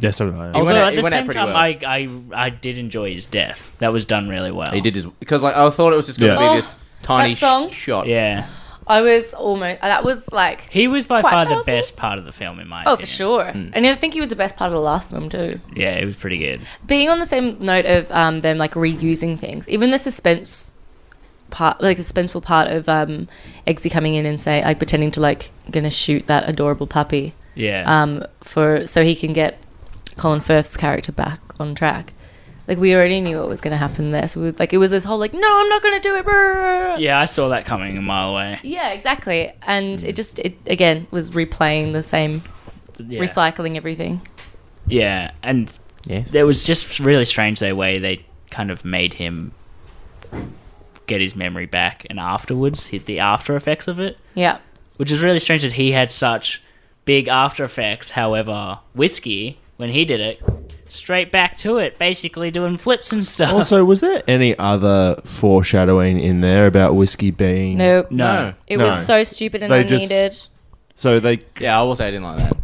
Yeah, so did I. Oh, Although went out- at he the went out same pretty time, well. I, I I did enjoy his death. That was done really well. He did his because like I thought it was just gonna Oh, Yeah. be this tiny that song? sh- shot. Yeah, I was almost. That was like he was by Quite far the powerful. best part of the film in my. oh opinion. for sure, Mm. and I think he was the best part of the last film too. Yeah, it was pretty good. Being on the same note of um, them like reusing things, even the suspense part, like the suspenseful part of um, Eggsy coming in and say like pretending to like gonna shoot that adorable puppy. Yeah. Um, for so he can get Colin Firth's character back on track. Like we already knew what was gonna happen there, so we, like it was this whole like no, I'm not gonna do it. brr." Yeah, I saw that coming a mile away. Yeah, exactly. Mm. And it just it again was replaying the same, Yeah. recycling everything. Yeah, and it was just really strange the way they kind of made him get his memory back, and afterwards hit the after effects of it. Yeah. which is really strange that he had such big after effects. However, whiskey when he did it, straight back to it, basically doing flips and stuff. Also, was there any other foreshadowing in there about whiskey being? Nope. No. It was so stupid and unneeded. so they. Yeah, I will say I didn't like that.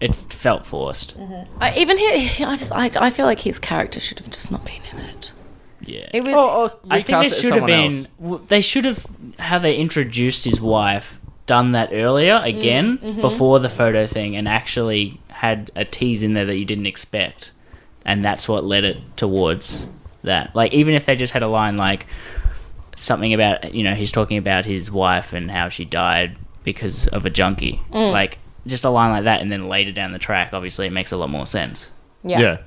It felt forced. I, even he, I just I, I feel like his character should have just not been in it. Yeah. Oh, It was. Oh, I think they should have been. w- They should have how they introduced his wife done that earlier again mhm. before the photo thing, and actually had a tease in there that you didn't expect, and that's what led it towards that. Like even if they just had a line like something about you know he's talking about his wife and how she died because of a junkie, Mm. like just a line like that, and then later down the track, obviously it makes a lot more sense. Yeah. Yeah.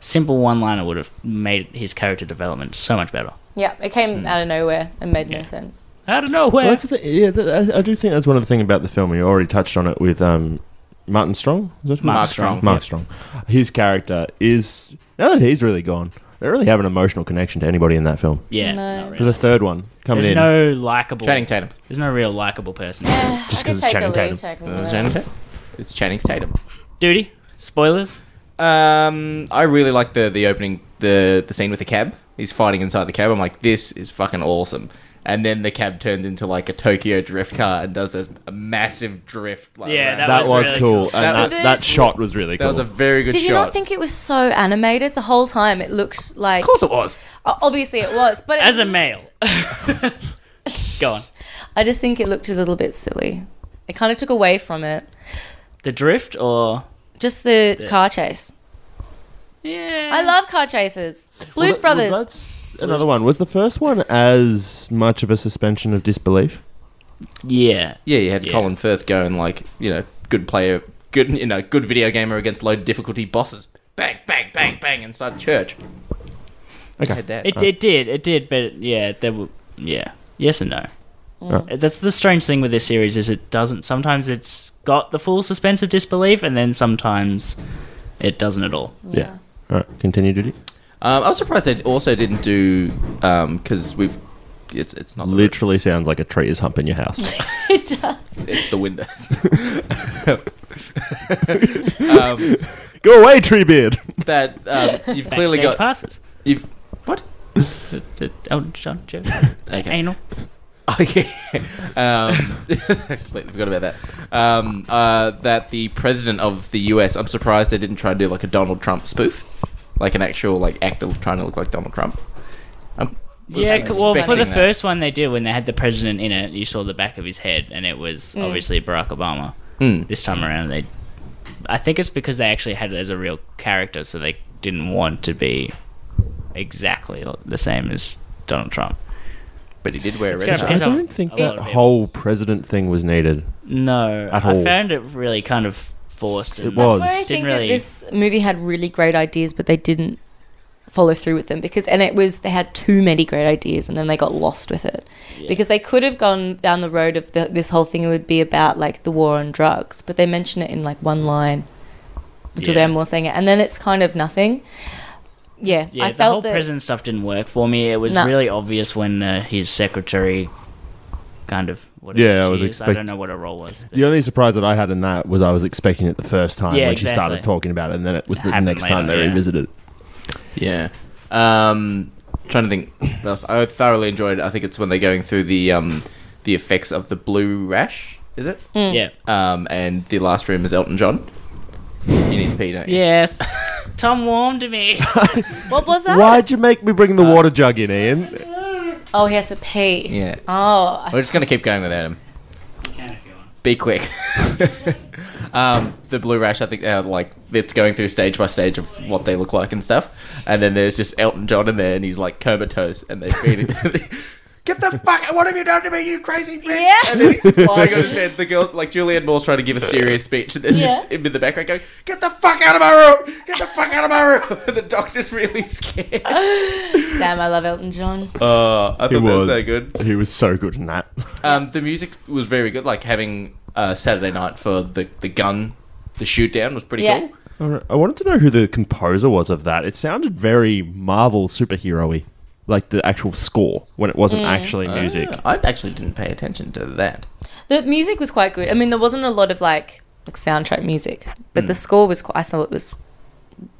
Simple one liner would have made his character development so much better. Yeah, it came out of nowhere and made no sense. I don't know Well, that's the thing. Yeah, th- I, I do think that's one of the thing about the film. You already touched on it with um, Martin Strong. Is that Mark Strong, Mark yeah. Strong. His character is now that he's really gone. They don't really have an emotional connection to anybody in that film. Yeah, No. not So the third one coming There's in. no likable. Channing Tatum. There's no real likable person. Just I could 'cause it's take a Channing leave Tatum. taking Uh, that. Channing Tatum? It's Channing Tatum. Duty. Spoilers. Um, I really like the the opening the the scene with the cab. He's fighting inside the cab. I'm like, this is fucking awesome. And then the cab turns into like a Tokyo drift car and does this massive drift. Like, Yeah, around. that That was was really cool. cool. And uh, that- that shot was really That was cool. a very good Did shot. you not think it was so animated the whole time? It looked like. Of course it was. Obviously it was, but it As a was- male. Go on. I just think it looked a little bit silly. It kind of took away from it. The drift or Just the The- car chase. Yeah. I love car chases. Blues that- well, Brothers. Another one was the first one as much of a suspension of disbelief. Yeah. Yeah, you had Yeah. Colin Firth going like, you know, good player, good, you know, good video gamer against low difficulty bosses. Bang, bang, bang, bang inside church. Okay. Had that. It, it did, it did, but yeah, there were, yeah, yes and no. Mm. Uh, That's the strange thing with this series is it doesn't. Sometimes it's got the full suspense of disbelief, and then sometimes it doesn't at all. Yeah. All right, continue, duty. Um, I was surprised they also didn't do because we've it's it's not Literally sounds like a tree is humping your house. it does. it's the windows. um, Go away, tree beard. that um, you've clearly Backstage got passes. You've what? Elton John joke. Okay. Anal. Okay. Um, completely forgot about that. Um, uh, that the president of the US, I'm surprised they didn't try and do like a Donald Trump spoof, like an actual like actor trying to look like Donald Trump. Um, was Yeah, c- well, for expecting the that. first one they did, when they had the president in it, you saw the back of his head, and it was Mm. obviously Barack Obama. Hmm. Mm. This time around, they, I think it's because they actually had it as a real character, so they didn't want to be exactly the same as Donald Trump. But he did wear a It's red gonna I piss off don't think a lot that of people. whole president thing was needed. No, at I all. found it really kind of forced. and It was. That's why I Didn't think really. that this movie had really great ideas, but they didn't follow through with them because, and it was they had too many great ideas, and then they got lost with it because they could have gone down the road of the, this whole thing would be about like the war on drugs, but they mention it in like one line, which Yeah. yeah. more saying it, and then it's kind of nothing. Yeah, yeah, I the whole felt that. prison stuff didn't work for me. It was No. really obvious when uh, his secretary, kind of. Whatever Yeah, I she was is, I expect- don't know what her role was. The only surprise that I had in that was I was expecting it the first time Yeah, when she started exactly. talking about it, and then it was the Happened next time later, they yeah. revisited it. Yeah. Um, trying to think. What else? I thoroughly enjoyed. I think it's when they're going through the um, the effects of the blue rash. Is it? Mm. Yeah. Um, and the last room is Elton John. You need to pee, don't you? Yes. Tom warmed me. what was that? Why'd you make me bring Uh, the water jug in, Ian? Oh, he has to pee. Yeah. Oh, I- We're just gonna keep going with Adam. Be quick. um, the blue rash, I think, uh, like it's going through stage by stage of what they look like and stuff. And then there's just Elton John in there, and he's like comatose, and they feed him. Get the fuck! What have you done to me, you crazy bitch? Yeah. And then he's just lying on his bed. The girl, like Julianne Moore's trying to give a serious speech, and there's just him in the background going, "Get the fuck out of my room! Get the fuck out of my room!" And the doctor's really scared. Damn, I love Elton John. Uh, I thought He that was was. so good. He was so good in that. Um, the music was very good. Like having uh, Saturday night for the the gun, the shoot down was pretty Yeah. cool. All right, I wanted to know who the composer was of that. It sounded very Marvel superhero-y, like the actual score when it wasn't Mm. actually Oh. Ah, music. I actually didn't pay attention to that. The music was quite good. I mean, there wasn't a lot of like like soundtrack music, but the Mm. score was. Quite, I thought it was.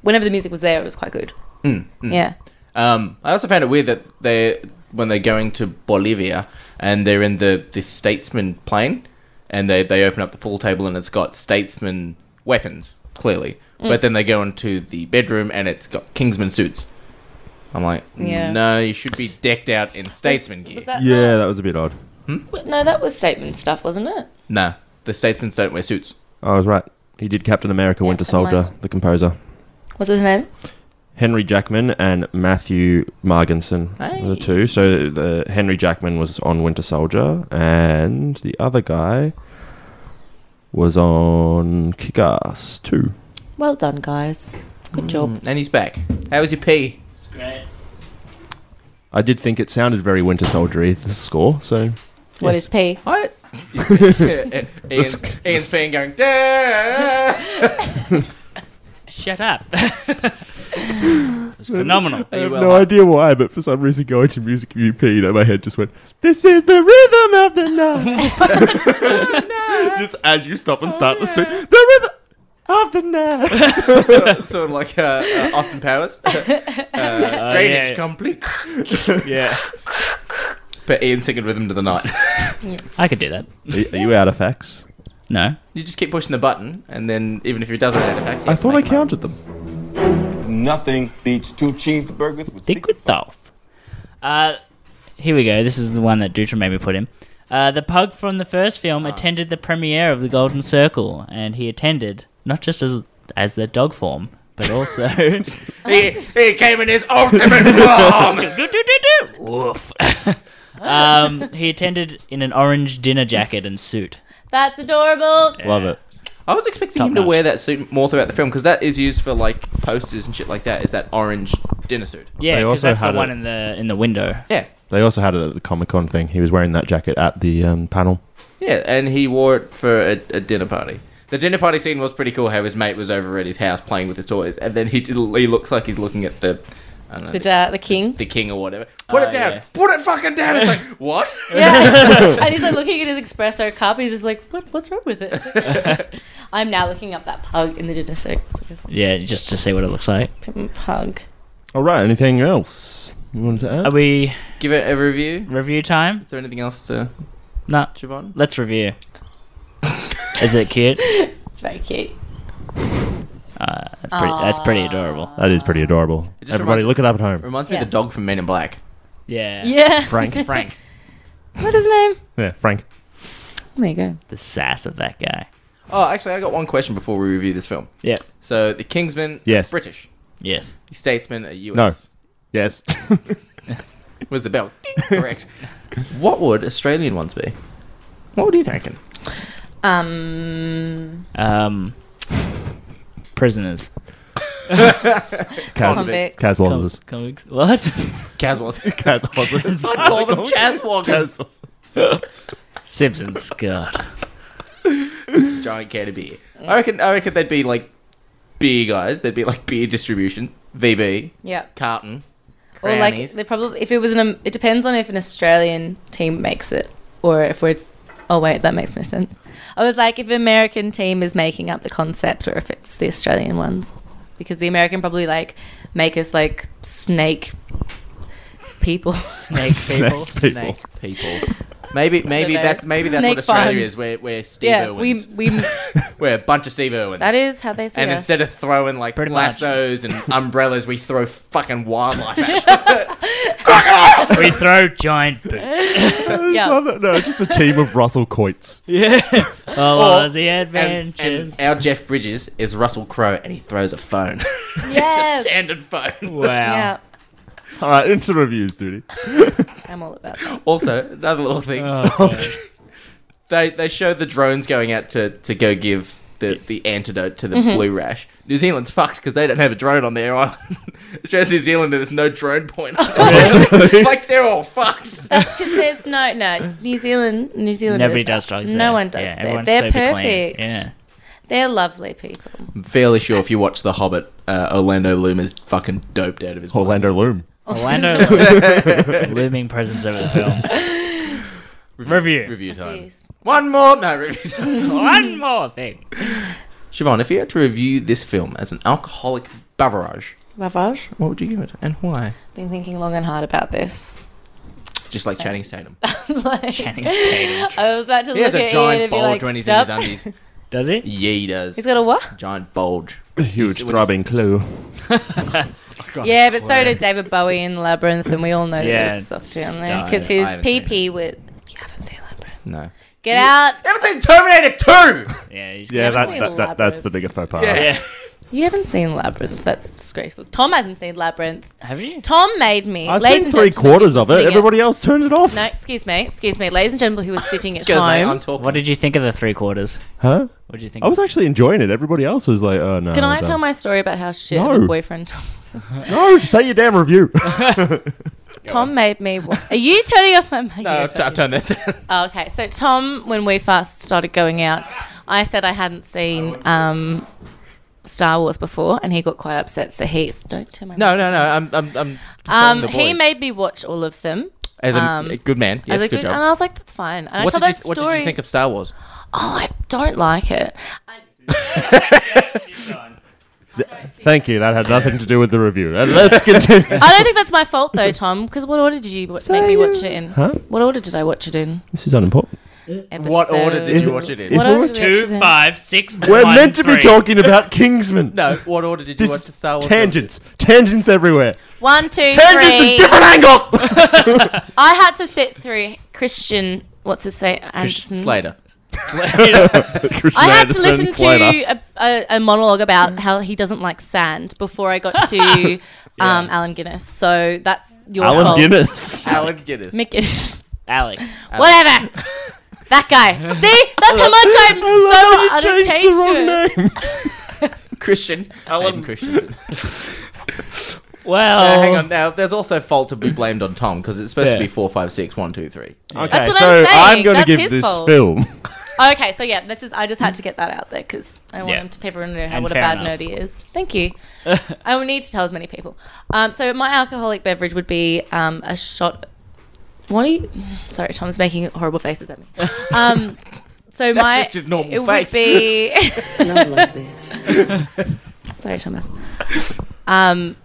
Whenever the music was there, it was quite good. Mm, mm. Yeah. Um, I also found it weird that they when they're going to Bolivia and they're in the the Statesman plane, and they they open up the pool table and it's got Statesman weapons clearly, Mm. but then they go into the bedroom and it's got Kingsman suits. I'm like, Yeah. no, you should be decked out in Statesman gear. Was that? yeah, that was a bit odd. Wait, No, that was statement stuff, wasn't it? Nah, the Statesmen don't wear suits. I was right. He did Captain America, Winter Soldier, the composer. What's his name? Henry Jackman and Matthew Marginson were the two. So the Henry Jackman was on Winter Soldier, and the other guy was on Kick-Ass too. Well done, guys. Good job. And he's back. How was your pee? It's great. I did think it sounded very Winter Soldiery the score. So What is P? What? Ian's, Ian's peeing going, "Duh." Shut up. it's phenomenal. I have no idea why, but for some reason, going to music UP, and my head just went. This is the rhythm of the night. Just as you stop and start the song, the rhythm of the night. sort of like uh, uh, Austin Powers. Uh, Oh, drainage yeah. complete. Uh, yeah. But Ian singing rhythm to the night. I could do that. Are you out of facts? No. You just keep pushing the button, and then even if it doesn't have effects, I thought I counted them. Nothing beats two cheeseburgers with liquid Dolph. Uh, here we go. This is the one that Dutra made me put in. Uh, the pug from the first Ah. film attended the premiere of The Golden Circle, and he attended not just as as their dog form, but also He, he came in his ultimate form. woof. um, he attended in an orange dinner jacket and suit. That's adorable. Love it. I was expecting him to wear that suit more throughout the film because that is used for like posters and shit like that. Is that orange dinner suit? Yeah, They because also that's the had one it- in the in the window. Yeah, They also had it at the Comic Con thing. He was wearing that jacket at the um, panel. yeah, and he wore it for a, a dinner party. The dinner party scene was pretty cool. How his mate was over at his house playing with his toys, and then he did, he looks like he's looking at the. I don't know, The da- the king. the king or whatever. Ah, Put Oh, it down. yeah. Put it fucking down. It's like what? Yeah. and he's like looking at his espresso cup. He's just like, what, what's wrong with it? I'm now looking up that pug in the dinner circle. Yeah, just to see what it looks like. Pug. All right. Anything else you wanted to add? Are we give it a review? Review time? Is there anything else to? No. Siobhan? Let's review. Is it cute? It's very cute. Uh, that's pretty. That's pretty adorable. That is pretty adorable. It just Everybody, reminds- look it up at home. Reminds me of the dog from Men in Black. Yeah. Yeah. Frank. Frank. What's his name? Yeah, Frank. There you go. The sass of that guy. Oh, actually, I got one question before we review this film. Yeah. So the Kingsman, Yes. British. Yes. The Statesman, a US. No. Yes. Was the bell Ding, correct? what would Australian ones be? What were you thinking? Um, Um, prisoners. Convicts. Caswalkers. Com- convicts. What? Caswalls. Caswalkers. I'd call them Chaswalkers. Simpsons. God. It's Johnny can of beer. I reckon. I reckon they'd be like beer guys. They'd be like beer distribution, VB, yeah. carton. Or like Crannies. they probably if it was an um, it depends on if an Australian team makes it or if we're oh wait that makes no sense. I was like if an American team is making up the concept or if it's the Australian ones because the American probably like make us like snake people. Snake people. Snake people. Snake people. Maybe, maybe know. that's maybe that's Snake what Australia farms. is. We're, we're Steve Yeah, we Irwins. we we're a bunch of Steve Irwins. that is how they see and us. instead of throwing like much. lassos and umbrellas, we throw fucking wildlife. at we throw giant boots. yeah. No, just a team of Russell Coits. Yeah. Oh, Or- Aussie and, adventures. and our Jeff Bridges is Russell Crowe, and he throws a phone. Just Yes. a standard phone. Yeah, All right, into reviews, duty. I'm all about that. Also, another little thing. Oh, they they show the drones going out to, to go give the, the antidote to the Mhm. blue rash. New Zealand's fucked because they don't have a drone on their island. it's just New Zealand and there's no drone point. like they're all fucked. That's because there's no no New Zealand. New Zealand. Nobody does drugs No there. one does Yeah, there. everyone's They're super clean. perfect. Yeah. They're lovely people. I'm fairly sure if you watch The Hobbit, uh, Orlando Bloom is fucking doped out of his Orlando Bloom. Orlando Bloom. Looming presence over the film. Review. Review time. One more. No, review time. One more thing. Siobhan, if you had to review this film as an alcoholic beverage, Ravage. what would you give it and why? Been thinking long and hard about this. Just like Channing Tatum. like, Channing Tatum. I was about to He look has a at Ian giant and be bulge like, when he's "Stop." in his undies. Does he? Yeah, he does. He's got a what? Giant bulge. Huge throbbing clue. Yeah, but so did David Bowie in Labyrinth, and we all know Yeah, that there's a soft down there stop because it. I his haven't pee pee with. No. Get out! Haven't seen Terminator Two. Yeah, he's Yeah, that, seen that, that that's the bigger faux pas. Yeah. You haven't seen Labyrinth. That's disgraceful. Tom hasn't seen Labyrinth. Have you? Tom made me. I've Ladies seen and three gentlemen, quarters who's of it. sitting at- Everybody else turned it off. No, excuse me, excuse me, ladies and gentlemen, who was sitting at Excuse me, home. I'm talking. What did you think of the three quarters? Huh? What do you think? I was actually enjoying it. Everybody else was like, "Oh no." Can I I'm tell done. my story about how shit No. of a boyfriend Tom? No, just say your damn review. Tom made me. wa- Are you turning off my mic? No, I've, t- I've turned that down. Oh, okay, so Tom, when we first started going out, I said I hadn't seen um, Star Wars before, and he got quite upset. So he's don't turn my. No, no, no. I'm, I'm, I'm. Um, telling the he boys. made me watch all of them. As a- Um, a good man. as Yes, a good job. And I was like, that's fine. And what, I told did that you, what story. did you think of Star Wars? Oh, I don't like it. Thank you. That had nothing to do with the review. Uh, Let's continue. I don't think that's my fault though, Tom. Because what order did you wa- make me watch it in? Huh? What order did I watch it in? This is unimportant. What order did you If- watch it in? if What we order were- did we watch it Two, in? five, six, We're one, meant to be three. talking about Kingsman. No, what order did you This watch the Star Wars? tangents, tangents everywhere. One, two, Tangents in three. different angles. I had to sit through Christian. What's his say? Anderson. Slater. Christian I had to Anderson, listen Slater. to a, a, a monologue about how he doesn't like sand before I got to um, Alan Guinness. So that's your Alan fault. Guinness. Alan Guinness. Mick Guinness. Alec. Whatever. that guy. See, that's how much I'm I love how you changed the so wrong unattached to it. name. Christian. Alan Christensen. Well, Now, Oh. hang on. Now, there's also fault to be blamed on Tom because it's supposed Yeah. to be four, five, six, one, two, three. Okay, That's what so I'm saying. I'm going to That's give his this fault. film. Okay, so yeah, this is. I just had to get that out there because I want Yeah. him to everyone to know how And what a fair bad nerd enough. he is. Thank you. I will need to tell as many people. Um, so my alcoholic beverage would be um, a shot. What are you? Sorry, Tom's making horrible faces at me. Um, so That's my just his normal it face. would be not like this. Sorry, Thomas. Um,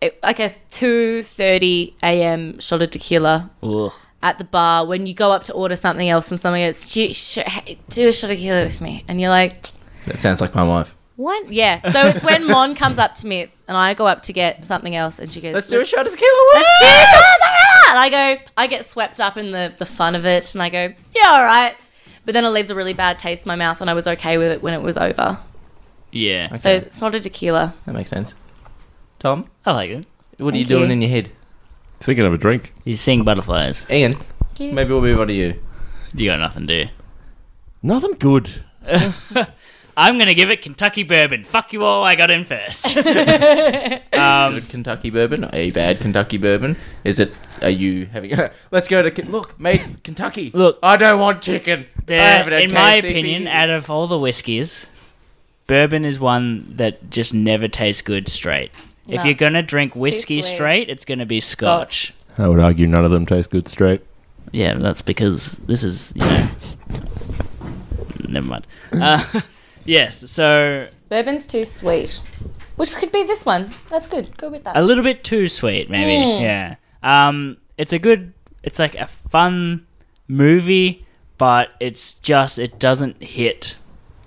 it, like a two thirty a.m. shot of tequila Ugh. at the bar when you go up to order something else and somebody goes, "Gee, sh- hey, do a shot of tequila with me. And you're like, That sounds like my wife. what? Yeah. So it's when Mon comes up to me and I go up to get something else and she goes, Let's do a shot of tequila. Let's do a shot of tequila. And I go, I get swept up in the, the fun of it and I go, yeah, all right. But then it leaves a really bad taste in my mouth and I was okay with it when it was over. Yeah. So it's not a tequila. That makes sense. Tom, I like it. what are you Thank doing you. in your head? Thinking of a drink. You're seeing butterflies. Ian, you. maybe we'll move on to you. You got nothing, do you? Nothing good. I'm gonna give it Kentucky bourbon. Fuck you all. I got in first. Good Kentucky bourbon, a bad Kentucky bourbon. Is it? Are you having? Let's go to Ken- look, mate. Kentucky. Look. I don't want chicken. I There, haven't had in my KFC for opinion, years. out of all the whiskies, bourbon is one that just never tastes good straight. No. If you're gonna drink It's too whiskey sweet. straight, it's gonna be scotch. I would argue none of them taste good straight. Yeah, that's because this is you know. never mind. Uh, yes, so Bourbon's too sweet, which could be this one. That's good. Go with that. a little bit too sweet, maybe. Mm. Yeah. Um, it's a good. It's like a fun movie, but it's just it doesn't hit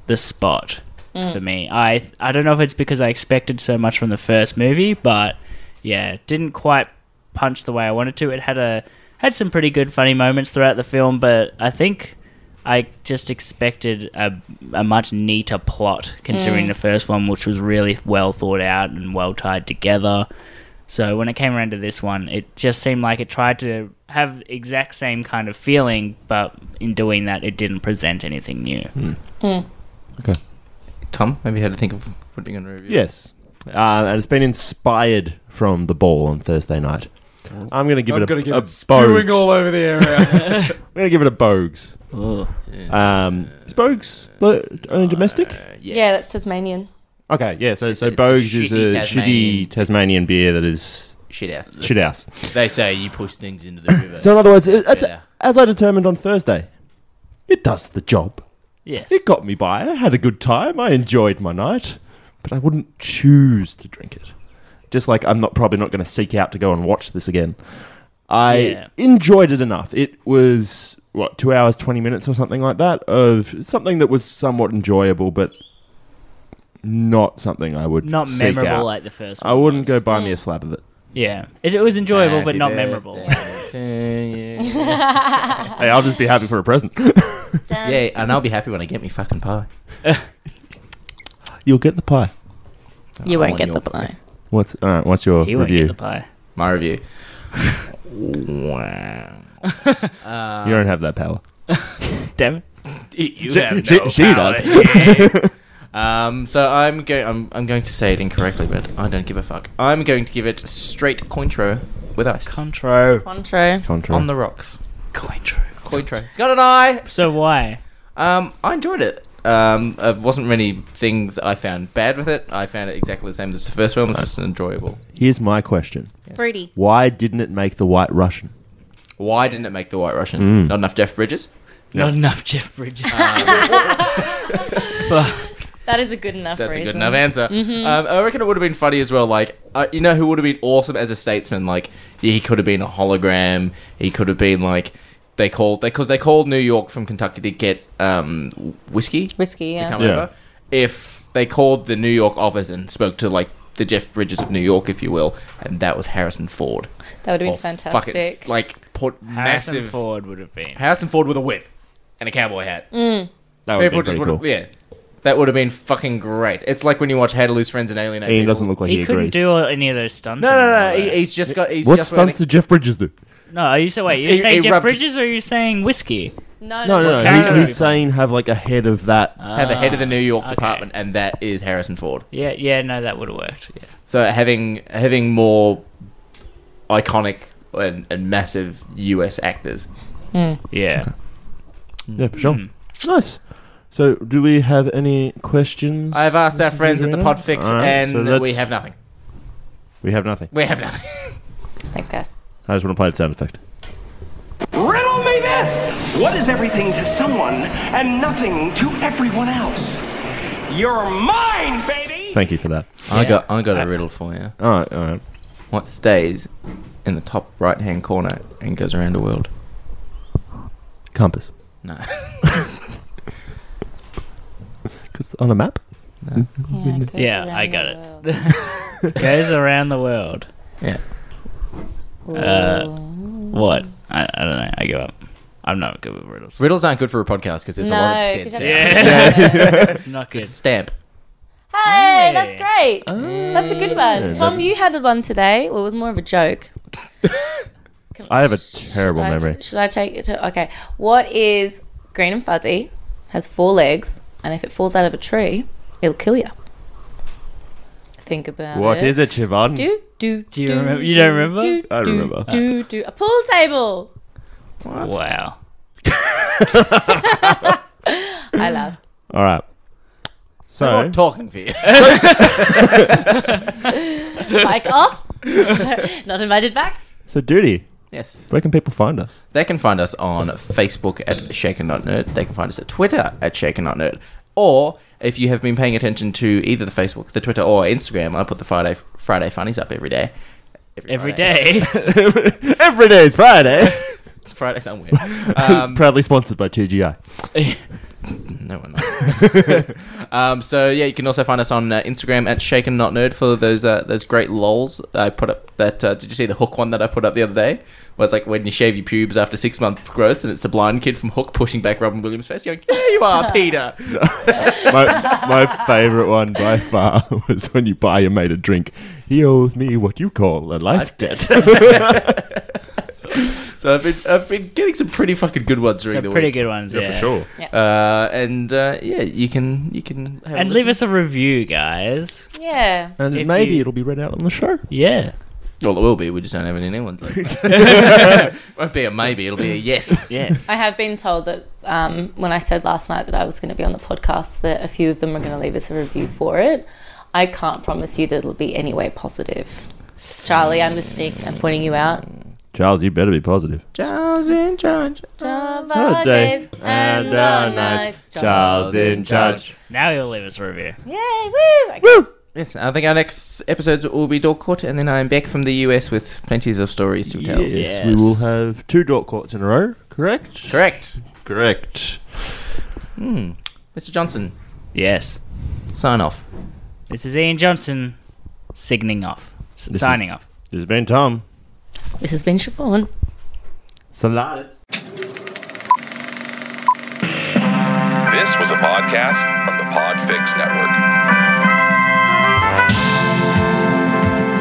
the spot Mm. for me. I I don't know if it's because I expected so much from the first movie, but yeah, it didn't quite punch the way I wanted to. It had a had some pretty good funny moments throughout the film, but I think I just expected a, a much neater plot considering Mm. the first one, which was really well thought out and well tied together. So when it came around to this one, it just seemed like it tried to have exact same kind of feeling, but in doing that, it didn't present anything new. Hmm. Okay. Tom, have you had to think of putting in a review? Yes. Uh, and it's been inspired from the ball on Thursday night. I'm going to give I'm it a, gonna give a it spewing all over the area. I'm going to give it a bogues. Um, is bogues lo- only domestic? Yeah, that's Tasmanian. Okay, yeah. So, so Uh, it's a bogues is shitty a Tasmanian- shitty Tasmanian beer that is Shit house. Shit house. They say you push things into the river. So in other words, it, it- Yeah. as I determined on Thursday, it does the job. Yes. It got me by. I had a good time. I enjoyed my night, but I wouldn't choose to drink it. Just like I'm not probably not going to seek out to go and watch this again. I Yeah. enjoyed it enough. It was what two hours twenty minutes or something like that of something that was somewhat enjoyable, but not something I would Not seek memorable out. like the first I one wouldn't go buy me a slab of it. Yeah, it, it was enjoyable, but Happy not birthday memorable. Hey, I'll just be happy for a present. yeah, and I'll be happy when I get me fucking pie. You'll get the pie. You I won't want get your the pie. What's all right, what's your He won't review? get the pie. My review. wow. Um, you don't have that power. Damn it. You She- have she- no she power. does. Yeah. um, so I'm going. I'm, I'm going to say it incorrectly, but I don't give a fuck. I'm going to give it straight cointro with ice. Cointreau. Cointreau. Cointreau. On the rocks. Cointreau. Cointreau. It's got an eye. So why? Um, I enjoyed it. Um, uh, wasn't many things I found bad with it. I found it exactly the same as the first film. It's just enjoyable. Here's my question. Fruity. Why didn't it make the White Russian? Why didn't it make the White Russian? Mm. Not enough Jeff Bridges. Not enough Jeff Bridges. Ah, That is a good enough That's reason. a good enough answer. Mhm. Um, I reckon it would have been funny as well. Like, uh, you know, who would have been awesome as a statesman? Like, he could have been a hologram. He could have been like they called they because they called New York from Kentucky to get um, whiskey. Whiskey, to yeah. come Yeah. over. If they called the New York office and spoke to like the Jeff Bridges of New York, if you will, and that was Harrison Ford. That would have been Or fucking, fantastic. like, put Harrison massive Ford would have been. Harrison Ford with a whip and a cowboy hat. Mm. That would've been just pretty would've- cool. Yeah. That would have been fucking great. It's like when you watch How to Lose Friends and Alienate. Ian People. doesn't look like he couldn't do any of those stunts. No, no, no, anymore, he- though. he's just got- he's what just stunts did Jeff Bridges do? No, are you so wait? You're He- saying he Jeff rubbed- Bridges, or are you saying whiskey? No, No, no, no. he- character? he's saying have like a head of that. Have a uh, head of the New York okay. department, and that is Harrison Ford. Yeah, yeah, no, that would have worked. Yeah. So having having more iconic and, and massive U.S. actors. Yeah. Yeah, for sure. Nice. So, do we have any questions? I've asked our friends at the Alright, Podfix, so and we that's- have nothing. We have nothing. We have nothing. Thank guys. I just want to play the sound effect. Riddle me this! What is everything to someone and nothing to everyone else? You're mine, baby! Thank you for that. I got I got a riddle for you. All right, all right. What stays in the top right hand corner and goes around the world? Compass. No. Because on a map? Yeah, I got it. Goes around the world. Yeah. Uh, what? I, I don't know. I give up. I'm not good with riddles. Riddles aren't good for a podcast because there's a lot No, of dead 'cause sound. everyone- Yeah. Yeah. It's not Just good. stamp. Hey, that's great. That's a good one. Tom, you had one today. Well, it was more of a joke. I have a terrible Should I t- memory. should I take it to. Okay. What is green and fuzzy, has four legs, and if it falls out of a tree, it'll kill you? Think about What it. is it, Siobhan? Do, do, Do you remember? You don't remember? I do, remember. Do, do. A pool table. Wow. I love. All right. So I'm not talking for you. Bike off. Not invited back. So, Duty. Yes. Where can people find us? They can find us on Facebook at Shaken Not Nerd. They can find us at Twitter at Shaken Not Nerd. Or if you have been paying attention to either the Facebook, the Twitter, or Instagram, I put the Friday Friday funnies up every day. Every Friday. day. Every day is Friday. it's Friday somewhere. Um, Proudly sponsored by TGI. no one. knows. um, so yeah, you can also find us on uh, Instagram at Shaken Not Nerd for those uh, those great lols that I put up. That uh, did you see the hook one that I put up the other day? Where it's like when you shave your pubes after six months growth, and it's the blind kid from Hook pushing back Robin Williams' face. You're like, there you are, Peter. my my favourite one by far was when you buy your mate a drink. He owes me what you call a life debt. So I've been, I've been getting some pretty fucking good ones during Some the pretty week. good ones, Yeah, for yeah. sure. Yeah. Uh, and uh, yeah, you can you can have a and listen. leave us a review, guys. Yeah. And If maybe you- it'll be read out on the show. Yeah. Well, it will be. We just don't have any new ones. Left. Won't be a maybe. It'll be a yes. Yes. I have been told that um, when I said last night that I was going to be on the podcast, that a few of them are going to leave us a review for it. I can't promise you that it'll be anyway positive. Charlie, I'm a sneak. I'm pointing you out. Charles, you better be positive. Charles in charge of our days and our nights. Charles in charge. Now you'll leave us a review. Yay! Woo! Woo! Yes, I think our next episodes will be Dork Court, and then I'm back from the US with plenties of stories to tell. Yes, we will have two dork courts in a row, correct? Correct. Correct. Hmm. Mr. Johnson, Yes. Sign off. This is Ian Johnson signing off. S- This is- signing off. This has been Tom. This has been Siobhan. Saladas. This was a podcast from the Podfix Network.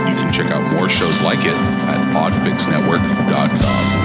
You can check out more shows like it at podfixnetwork.com.